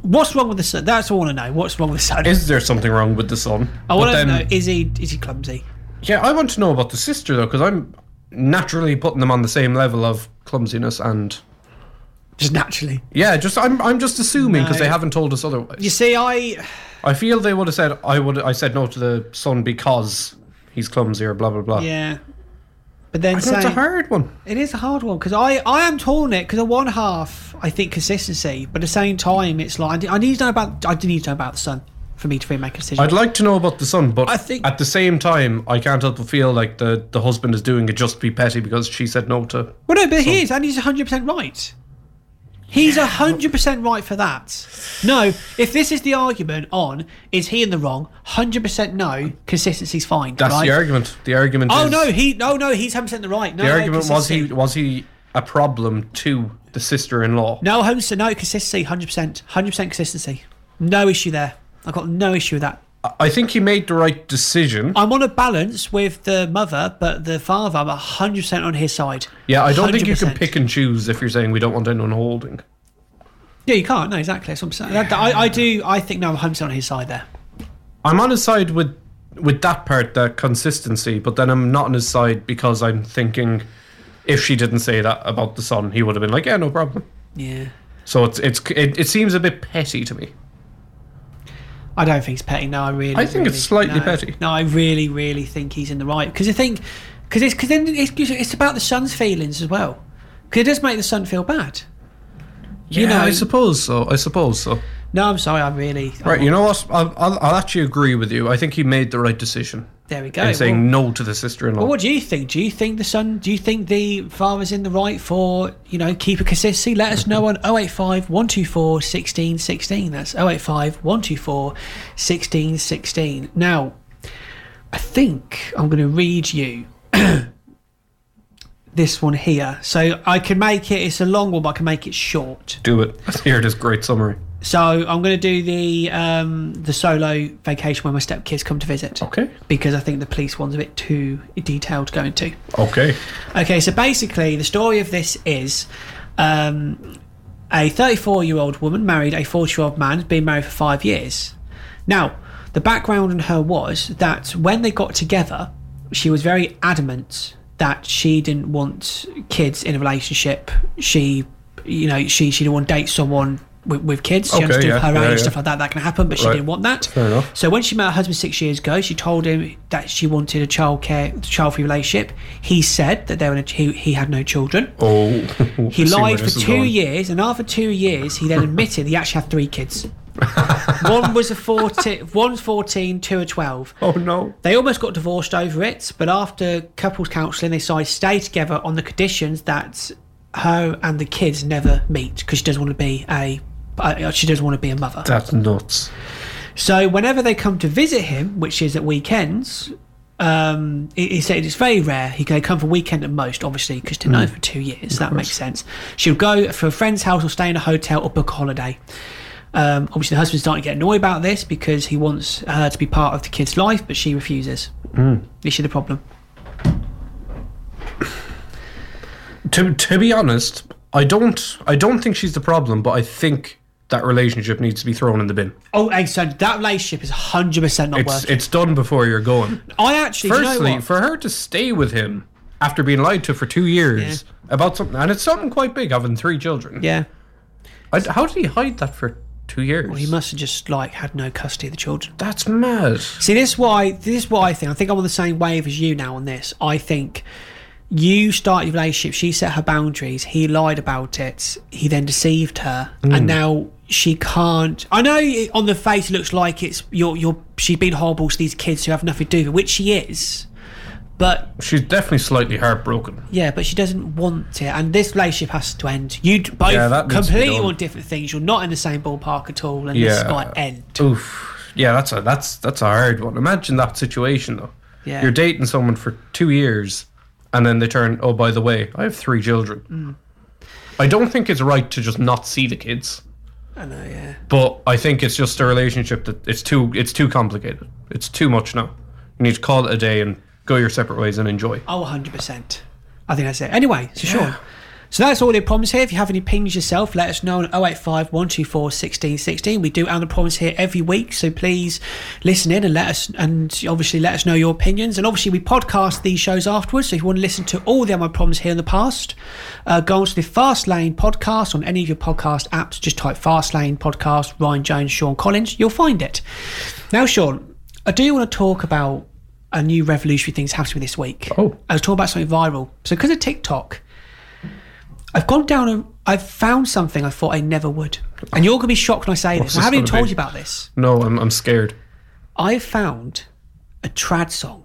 S1: What's wrong with the son? That's all I want to know. What's wrong with the son?
S9: Is there something wrong with the son?
S1: I
S9: But
S1: want to
S9: then-
S1: know: is he is he clumsy?
S9: Yeah, I want to know about the sister though, because I'm naturally putting them on the same level of clumsiness and
S1: just naturally.
S9: Yeah, just I'm I'm just assuming because they
S1: No.
S9: haven't told us otherwise.
S1: You see, I
S9: I feel they would have said I would I said no to the son because he's clumsy or blah blah blah.
S1: yeah, but then
S9: I know, it's a
S1: saying-
S9: hard one.
S1: It is a hard one because I, I am torn it because on one half I think consistency, but at the same time it's like I d- I need to know about I do need to know about the son for me to really make a decision.
S9: I'd like to know about the son, but I think at the same time I can't help but feel like the the husband is doing it just to be petty because she said no to.
S1: well, no, but he is, and he's hundred percent right. He's hundred percent right for that. No, if this is the argument on is he in the wrong? Hundred percent no, consistency's fine.
S9: That's
S1: right?
S9: the argument. The argument.
S1: Oh
S9: is,
S1: no, he no no he's hundred percent the right. No,
S9: the
S1: no,
S9: argument was he
S1: consistency.
S9: was he a problem to the sister-in-law?
S1: No, Holmes, no consistency, hundred percent, hundred percent consistency. No issue there. I've got no issue with that.
S9: I think he made the right decision.
S1: I'm on a balance with the mother, but the father, I'm 100% on his side.
S9: Yeah, I don't think you can
S1: 100%.
S9: pick and choose if you're saying we don't want anyone holding.
S1: Yeah, you can't. No, exactly. That's what I'm saying. That- that- I, I do, I think now I'm 100% on his side there.
S9: I'm on his side with with that part, that consistency, but then I'm not on his side because I'm thinking if she didn't say that about the son, he would have been like, yeah, no problem.
S1: Yeah.
S9: So it's it's it, it seems a bit petty to me.
S1: I don't think he's petty. No, I really.
S9: I think it's
S1: really-
S9: slightly
S1: no.
S9: petty.
S1: No, I really, really think he's in the right because I think because it's because then it's, it's about the son's feelings as well because it does make the son feel bad. you know,
S9: I suppose so. I suppose so.
S1: no, I'm sorry. I'm really
S9: Right, you know what? I'll, I'll, I'll actually agree with you. I think he made the right decision
S1: There we go.
S9: in saying no to the sister-in-law.
S1: Well, what do you think? Do you think the son? Do you think the father's in the right for you know keep a consistency? Let us know on 085 124 16 16. That's 085 124 16 16. Now, I think I'm going to read you this one here. So I can make it. It's a long one, but I can make it short.
S9: do it. Here it is. Great summary.
S1: So I'm going to do the um, the solo vacation when my stepkids come to visit.
S9: Okay.
S1: Because I think the police one's a bit too detailed going to.
S9: Okay.
S1: Okay, so basically the story of this is um, a 34 year old woman married a 40 year old man, been married for five years. Now, the background on her was that when they got together, she was very adamant that she didn't want kids in a relationship. She, you know, she she didn't want to date someone with, with kids. She
S9: Okay,
S1: understood
S9: yeah,
S1: her
S9: yeah,
S1: age,
S9: yeah.
S1: stuff like that. That can happen, but she
S9: Right.
S1: didn't want that.
S9: Fair enough.
S1: So when she met her husband six years ago, she told him that she wanted a childcare, child-free relationship. He said that they were in a, he, he had no children.
S9: Oh,
S1: He
S9: see where
S1: lied for
S9: this is
S1: two
S9: going.
S1: years, and after two years, he then admitted he actually had three kids. one was a 14, one's 14, two are 12.
S9: Oh, no.
S1: They almost got divorced over it, but after couples counselling, they decided to stay together on the conditions that her and the kids never meet because she doesn't want to be a uh, she doesn't want to be a mother.
S9: That's nuts.
S1: So whenever they come to visit him, which is at weekends, um, he, he said it's very rare. He they come for weekend at most, obviously, because to know
S11: Mm.
S1: for two years that makes sense. She'll go for a friend's house or stay in a hotel or book a holiday. Um, obviously, the husband's starting to get annoyed about this because he wants her to be part of the kid's life, but she refuses.
S9: Mm.
S1: Is she the problem?
S9: To to be honest, I don't I don't think she's the problem, but I think that relationship needs to be thrown in the bin.
S1: Oh, and so that relationship is 100% not
S9: It's
S1: working.
S9: it's done before you're going.
S1: I actually, do you know
S9: Firstly,
S1: what?
S9: for her to stay with him after being lied to for two years about something, and it's something quite big, having three children.
S1: Yeah.
S9: I, how did he hide that for two years?
S1: Well, he must have just like had no custody of the children.
S9: That's mad.
S1: See, this is why this is what I think. I think I'm on the same wave as you now on this. I think you start your relationship. She set her boundaries. He lied about it. He then deceived her,
S12: Mm.
S1: and now she can't. I know it- on the face it looks like it's you're you're she's been horrible to these kids who have nothing to do with it, which she is. But
S9: She's definitely slightly heartbroken.
S1: yeah, but she doesn't want it, and this relationship has to end. You d- both
S9: Yeah, that needs to be
S1: completely
S9: done.
S1: want different things. You're not in the same ballpark at all, and this
S9: Yeah.
S1: might end.
S9: Oof. Yeah, that's a that's that's a hard one. Imagine that situation though.
S1: Yeah.
S9: You're dating someone for two years, and then they turn. Oh, by the way, I have three children.
S1: Mm.
S9: I don't think it's right to just not see the kids.
S1: I know, yeah.
S9: But I think it's just a relationship that it's too it's too complicated. It's too much now. You need to call it a day and go your separate ways and enjoy.
S1: Oh, 100%. I think that's it. Anyway, so Sean. So that's all the problems here. If you have any opinions yourself, let us know on 085 124 1616. We do have the problems here every week, so please listen in and let us, and obviously let us know your opinions. And obviously, we podcast these shows afterwards, so if you want to listen to all the other problems here in the past, uh, go onto the Fast Lane podcast on any of your podcast apps. Just type Fast Lane podcast, Ryan Jones, Sean Collins, you'll find it. Now, Sean, I do want to talk about a new revolutionary thing's happening this week. Oh. I was talking about something viral. So because of TikTok, I've gone down and I've found something I thought I never would. And you're gonna be shocked when I say
S9: What's
S1: this. I
S9: this
S1: haven't even
S9: gonna
S1: told
S9: be?
S1: you about this.
S9: No, I'm I'm scared.
S1: I found a trad song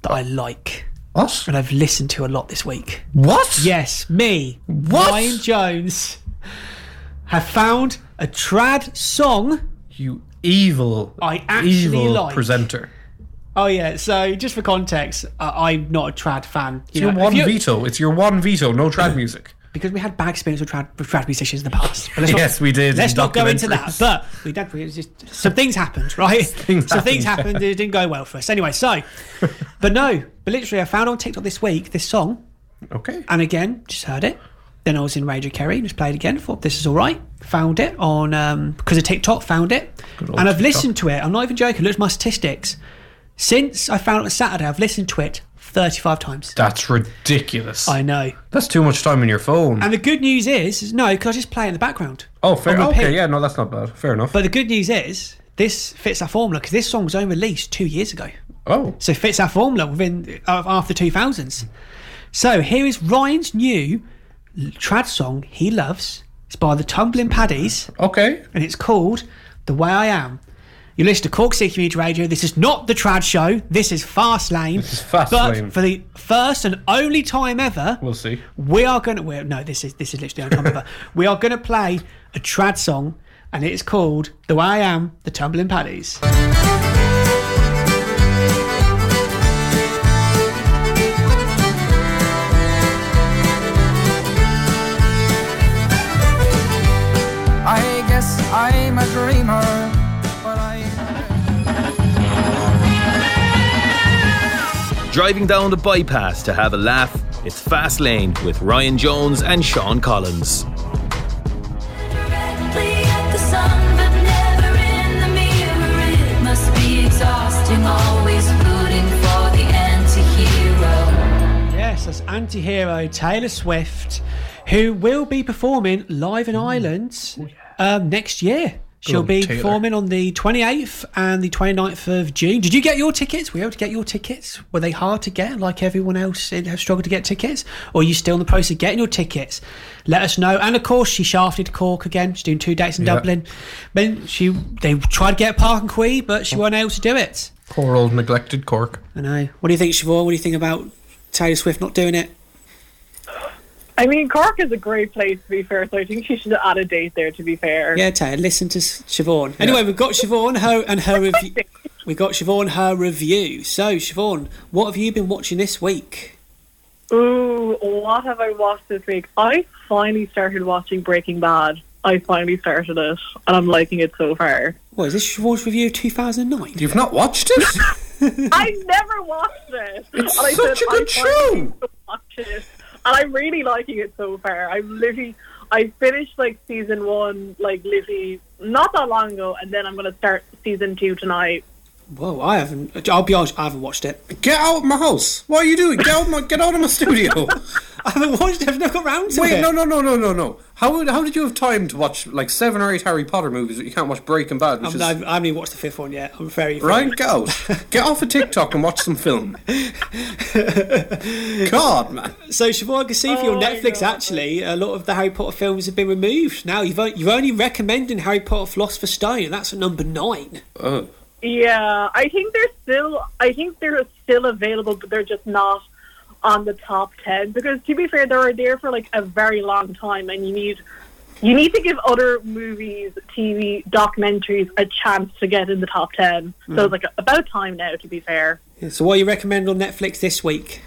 S1: that I like.
S9: What?
S1: And I've listened to a lot this week.
S9: What?
S1: Yes, me, Ryan Jones, have found a trad song.
S9: You evil,
S1: I actually
S9: evil
S1: like.
S9: presenter.
S1: Oh yeah. So just for context, uh, I'm not a trad fan.
S9: It's your
S1: know, if
S9: one
S1: you-
S9: veto. It's your one veto. No trad music.
S1: because we had bad experience with trad, with trad musicians in the past. But let's
S9: Yes,
S1: not,
S9: we did,
S1: Let's
S9: in
S1: not go into that.
S9: documentaries.
S1: But we did. We, it was just, some things happened, right?
S9: Things
S1: some things
S9: happened,
S1: happened.
S9: yeah.
S1: It didn't go well for us. Anyway, so, but no, but literally, I found on TikTok this week this song.
S9: Okay.
S1: And again, just heard it. Then I was in Radio Kerry, just played again. Thought this is all right. Found it on um, because of TikTok. Found it,
S9: Good
S1: and
S9: old
S1: I've
S9: TikTok.
S1: listened to it. I'm not even joking. Looked at my statistics. Since I found it on Saturday, I've listened to it 35 times.
S9: That's ridiculous.
S1: I know.
S9: That's too much time on your phone.
S1: And the good news is, is no, because I just play it in the background.
S9: oh, fair.
S1: on repeat.
S9: Okay, yeah, no, that's not bad. Fair enough.
S1: But the good news is, this fits our formula because this song was only released two years ago.
S9: Oh.
S1: So it fits our formula within uh, after 2000s. So here is Ryan's new l- trad song he loves. It's by the Tumbling Paddies.
S9: Okay.
S1: And it's called The Way I Am. You listen to Cork City Community Radio. This is not the trad show. This is Fast Lane. This is
S9: Fast
S1: but
S9: Lane.
S1: for the first and only time ever,
S9: We'll see.
S1: we are going to. Well, no, this is this is literally on top of it. We are going to play a trad song, and it's called "The Way I Am." The Tumbling Paddies.
S13: I guess I'm a dreamer, but I.
S2: Driving down the bypass to have a laugh, it's Fast Lane with Ryan Jones and Sean Collins.
S8: at the sun, but never in the mirror. It must be exhausting, always rooting for the anti-hero.
S1: Yes, that's anti-hero Taylor Swift, who will be performing live in Ireland um, next year.
S9: Oh, Good
S1: She'll
S9: old
S1: be
S9: Taylor.
S1: performing on the 28th and the 29th of June. Did you get your tickets? Were you able to get your tickets? Were they hard to get, like everyone else in- have struggled to get tickets? Or are you still in the process of getting your tickets? Let us know. And of course, she shafted Cork again. She's doing two dates in
S9: Yeah.
S1: Dublin. Then she they tried to get Park and Quay, but
S9: Oh.
S1: she weren't able to do it.
S9: Poor old neglected Cork.
S1: I know. What do you think, Siobhan? What do you think about Taylor Swift not doing it?
S7: I mean, Cork is a great place to be fair, so I think she should add a date there. To be fair,
S1: Yeah, Taylor, listen to S- Siobhan. Anyway, we've got Siobhan her and her review. We got Siobhan her review. So, Siobhan, what have you been watching this week?
S7: Ooh, what have I watched this week? I finally started watching Breaking Bad.
S9: I finally started it, and I'm liking it so far.
S1: What is this? Watch Review 2009?
S3: You've not watched it?
S9: I never watched it.
S3: It's
S9: and I
S3: such
S9: said
S3: a good
S9: I finally need to watch it. And I'm really liking it so far. I'm literally, I finished like season one, like literally not that long ago, and then I'm going to start season two tonight.
S1: Whoa, I haven't. I'll be honest, I haven't watched it.
S3: Get out of my house! What are you doing? Get out of my, get out of my studio!
S1: I haven't watched it. I've not got round to
S3: Wait,
S1: it.
S3: no, no, no, no, no, no. How would- how did you have time to watch like seven or eight Harry Potter movies, but you can't watch Breaking Bad, which
S1: I've,
S3: is
S1: I've, I have i have not even watched the fifth one yet. I'm very.
S3: Ryan, get out. get off of TikTok and watch some film. God, man.
S1: So, Siobhan, Oh, I can see for your Netflix, actually, a lot of the Harry Potter films have been removed. Now, you've, o- you're only recommending Harry Potter Philosopher's Stone, and that's at number nine.
S3: Oh.
S9: Yeah, I think they're still. I think they're still available, but they're just not on the top ten. Because to be fair, they were there for like a very long time, and you need you need to give other movies, TV, documentaries a chance to get in the top 10 So it's like about time now. To be fair.
S1: So, what are you recommend on Netflix this week?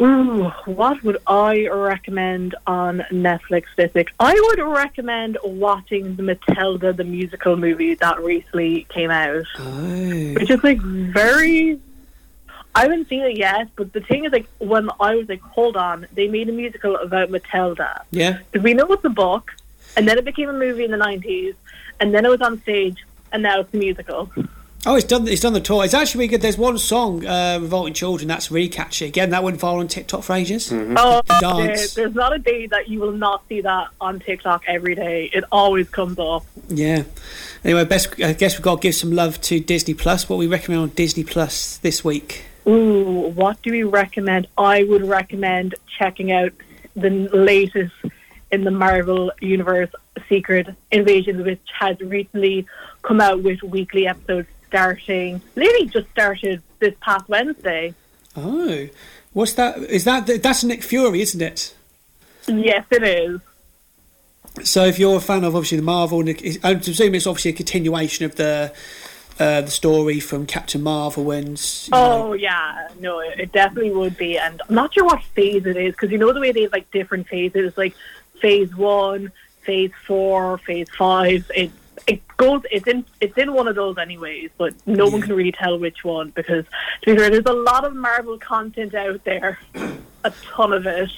S9: Ooh, what would I recommend on Netflix this week? I would recommend watching the Matilda the musical movie that recently came out. Which is like very I haven't seen it yet, but the thing is like when I was like, Hold on, they made a musical about Matilda.
S1: Yeah.
S9: Because we know it's a book and then it became a movie in the nineties and then it was on stage and now it's a musical.
S1: Oh, it's done. It's done the tour. It's actually really good. There's one song, uh, "Revolting Children," that's really catchy. Again, that went viral on TikTok for ages.
S9: Oh,
S1: Dance.
S9: there- there's not a day that you will not see that on TikTok every day. It always comes up.
S1: Yeah. Anyway, best. I guess we've got to give some love to Disney Plus. What we recommend on Disney Plus this week?
S9: Ooh, what do we recommend? I would recommend checking out the latest in the Marvel Universe Secret Invasion, which has recently come out with weekly episodes starting, literally just started this past Wednesday.
S1: Oh, what's that? Is that that's Nick Fury, isn't it?
S9: Yes, it is.
S1: So, if you're a fan of obviously the Marvel, Nick- is- I presume it's obviously a continuation of the uh, the story from Captain Marvel and
S9: Oh, yeah. No, it it definitely would be. And I'm not sure what phase it is because you know the way they have like different phases, like phase one, phase four, phase five. It it goes. It's in it's in one of those anyways, but no one can really tell which one because to be fair, there's a lot of Marvel content out there, a ton of it.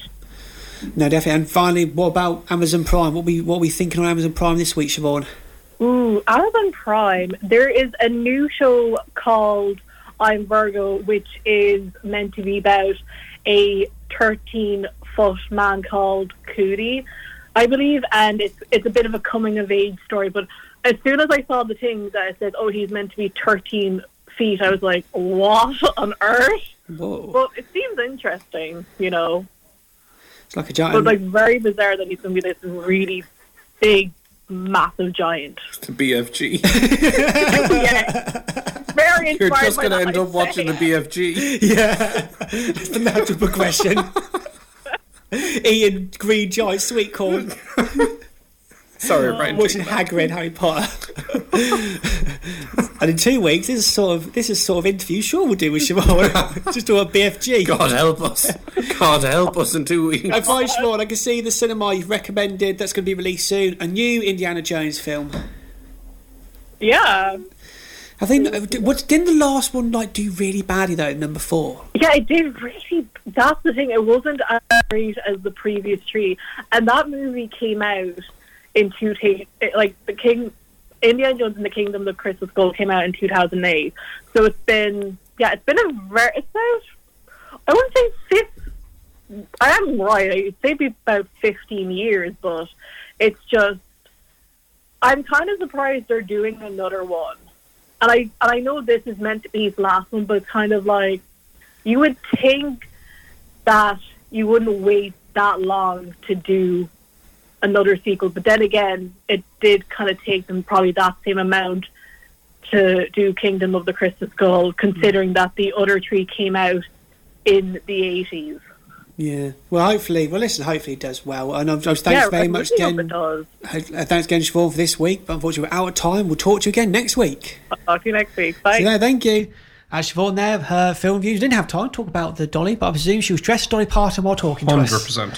S1: no, definitely. And finally, what about Amazon Prime? What we what we thinking on Amazon Prime this week, Siobhan?
S9: Ooh, Amazon Prime. There is a new show called I'm Virgo, which is meant to be about a 13 foot man called Cootie, I believe, and it's it's a bit of a coming of age story. But as soon as I saw the thing that I said, "Oh, he's meant to be 13 feet," I was like, "What on earth?"
S1: Whoa,
S9: Well, it seems interesting, you know,
S1: it's like a
S9: but
S1: giant.
S9: it's like very bizarre that he's going to be this really big, massive giant.
S3: The BFG.
S9: Very
S3: You're
S9: inspired
S3: just
S9: by
S3: going to end
S9: that.
S3: up watching the BFG.
S1: Yeah, that's the natural progression. Ian Green Giant Sweet Corn
S3: Sorry, Brian.
S1: watching Hagrid Harry Potter. and in two weeks, this is sort of this is sort of interview sure we'll do with Siobhan. Just do a BFG.
S3: God help us. God help us in two weeks.
S1: And finally, Siobhan, I can see the cinema you've recommended that's going to be released soon. A new Indiana Jones film.
S9: Yeah.
S1: I think what didn't the last one like do really badly though? Number four.
S9: Yeah, it did really. That's the thing. It wasn't as great as the previous three, and that movie came out in two ta- it- like the King, Indiana Jones and the Kingdom of Crystal Skull came out in two thousand eight. So it's been yeah, it's been a very it's about I wouldn't say fifth. I am right. I'd say it'd be about fifteen years, but it's just I'm kind of surprised they're doing another one. And I and I know this is meant to be his last one, but it's kind of like you would think that you wouldn't wait that long to do another sequel, but then again, it did kind of take them probably that same amount to do Kingdom of the Crystal Skull, considering that the other three came out in the eighties.
S1: Yeah. Well, hopefully. Well, listen. Hopefully, it does well. And I'm, I'm thanks
S9: Yeah, I
S1: very much
S9: really hope
S1: again.
S9: it does.
S1: Uh, Thanks again, Siobhan, for this week. But unfortunately, we're out of time. We'll talk to you again next week.
S9: Talk to you next week. Bye.
S1: So, no, thank you. Uh, Siobhan there, with her film views. Didn't have time to talk about the Dolly, but I presume she was dressed Dolly Parton while talking to us.
S3: 100%.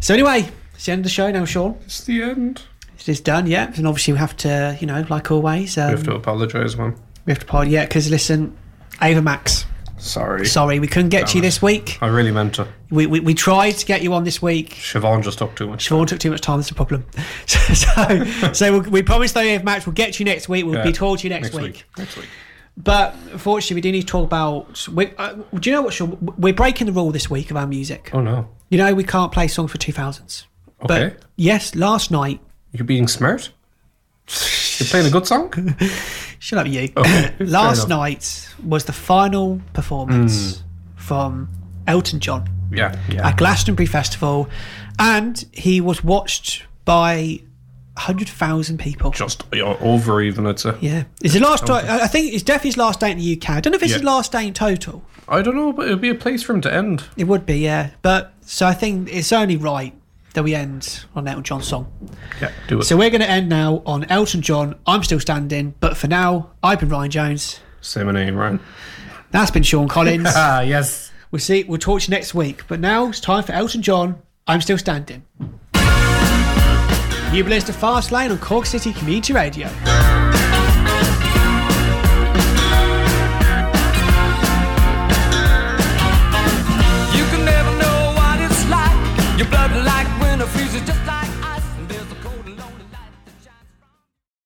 S1: So, anyway, it's the end of the show now, Sean.
S3: It's the end.
S1: It is done, yeah. And obviously, we have to, you know, like always. Um,
S9: we have to apologise, man.
S1: We have to pod, yeah, because listen, Ava Max.
S9: Sorry.
S1: Sorry, we couldn't get to you
S9: Damn it.
S1: this week.
S9: I really meant to.
S1: We, we, we tried to get you on this week.
S9: Siobhan just took too much.
S1: Siobhan took too much time. That's a problem. So, so, so we, we promise though, if match, we'll get you next week. We'll
S9: Yeah.
S1: be talking to you next,
S9: Next
S1: week.
S9: week. Next week.
S1: But unfortunately, we do need to talk about. We, uh, do you know what? Sean? We're breaking the rule this week of our music.
S9: Oh no.
S1: You know we can't play songs for two thousands.
S9: Okay.
S1: But yes, last night.
S9: You're being smart. You're playing a good song.
S1: Shut up, you.
S9: Okay, fair
S1: last
S9: enough. Hmm.
S1: night was the final performance from Elton John.
S9: Yeah. Yeah.
S1: at Glastonbury Festival, and he was watched by 100,000 people.
S9: Just yeah, over even. I'd say.
S1: Yeah. It's the last.
S9: Okay.
S1: I I think it's definitely his last day in the UK. I don't know if it's
S9: Yeah.
S1: his last day in total.
S9: I don't know, but it'd be a place for him to end.
S1: It would be, yeah. But so I think it's only right that we end on Elton John's song.
S9: Yeah. Do it.
S1: So we're going to end now on Elton John. I'm still standing, but for now, I've been Ryan Jones.
S9: Same name, Ryan.
S1: That's been Sean Collins.
S9: ah yes.
S1: We'll see. We'll talk to you next week. But now it's time for Elton John. I'm still standing. You've been listening to Fast Lane on Cork City Community Radio.
S2: You can never know what it's like. Your blood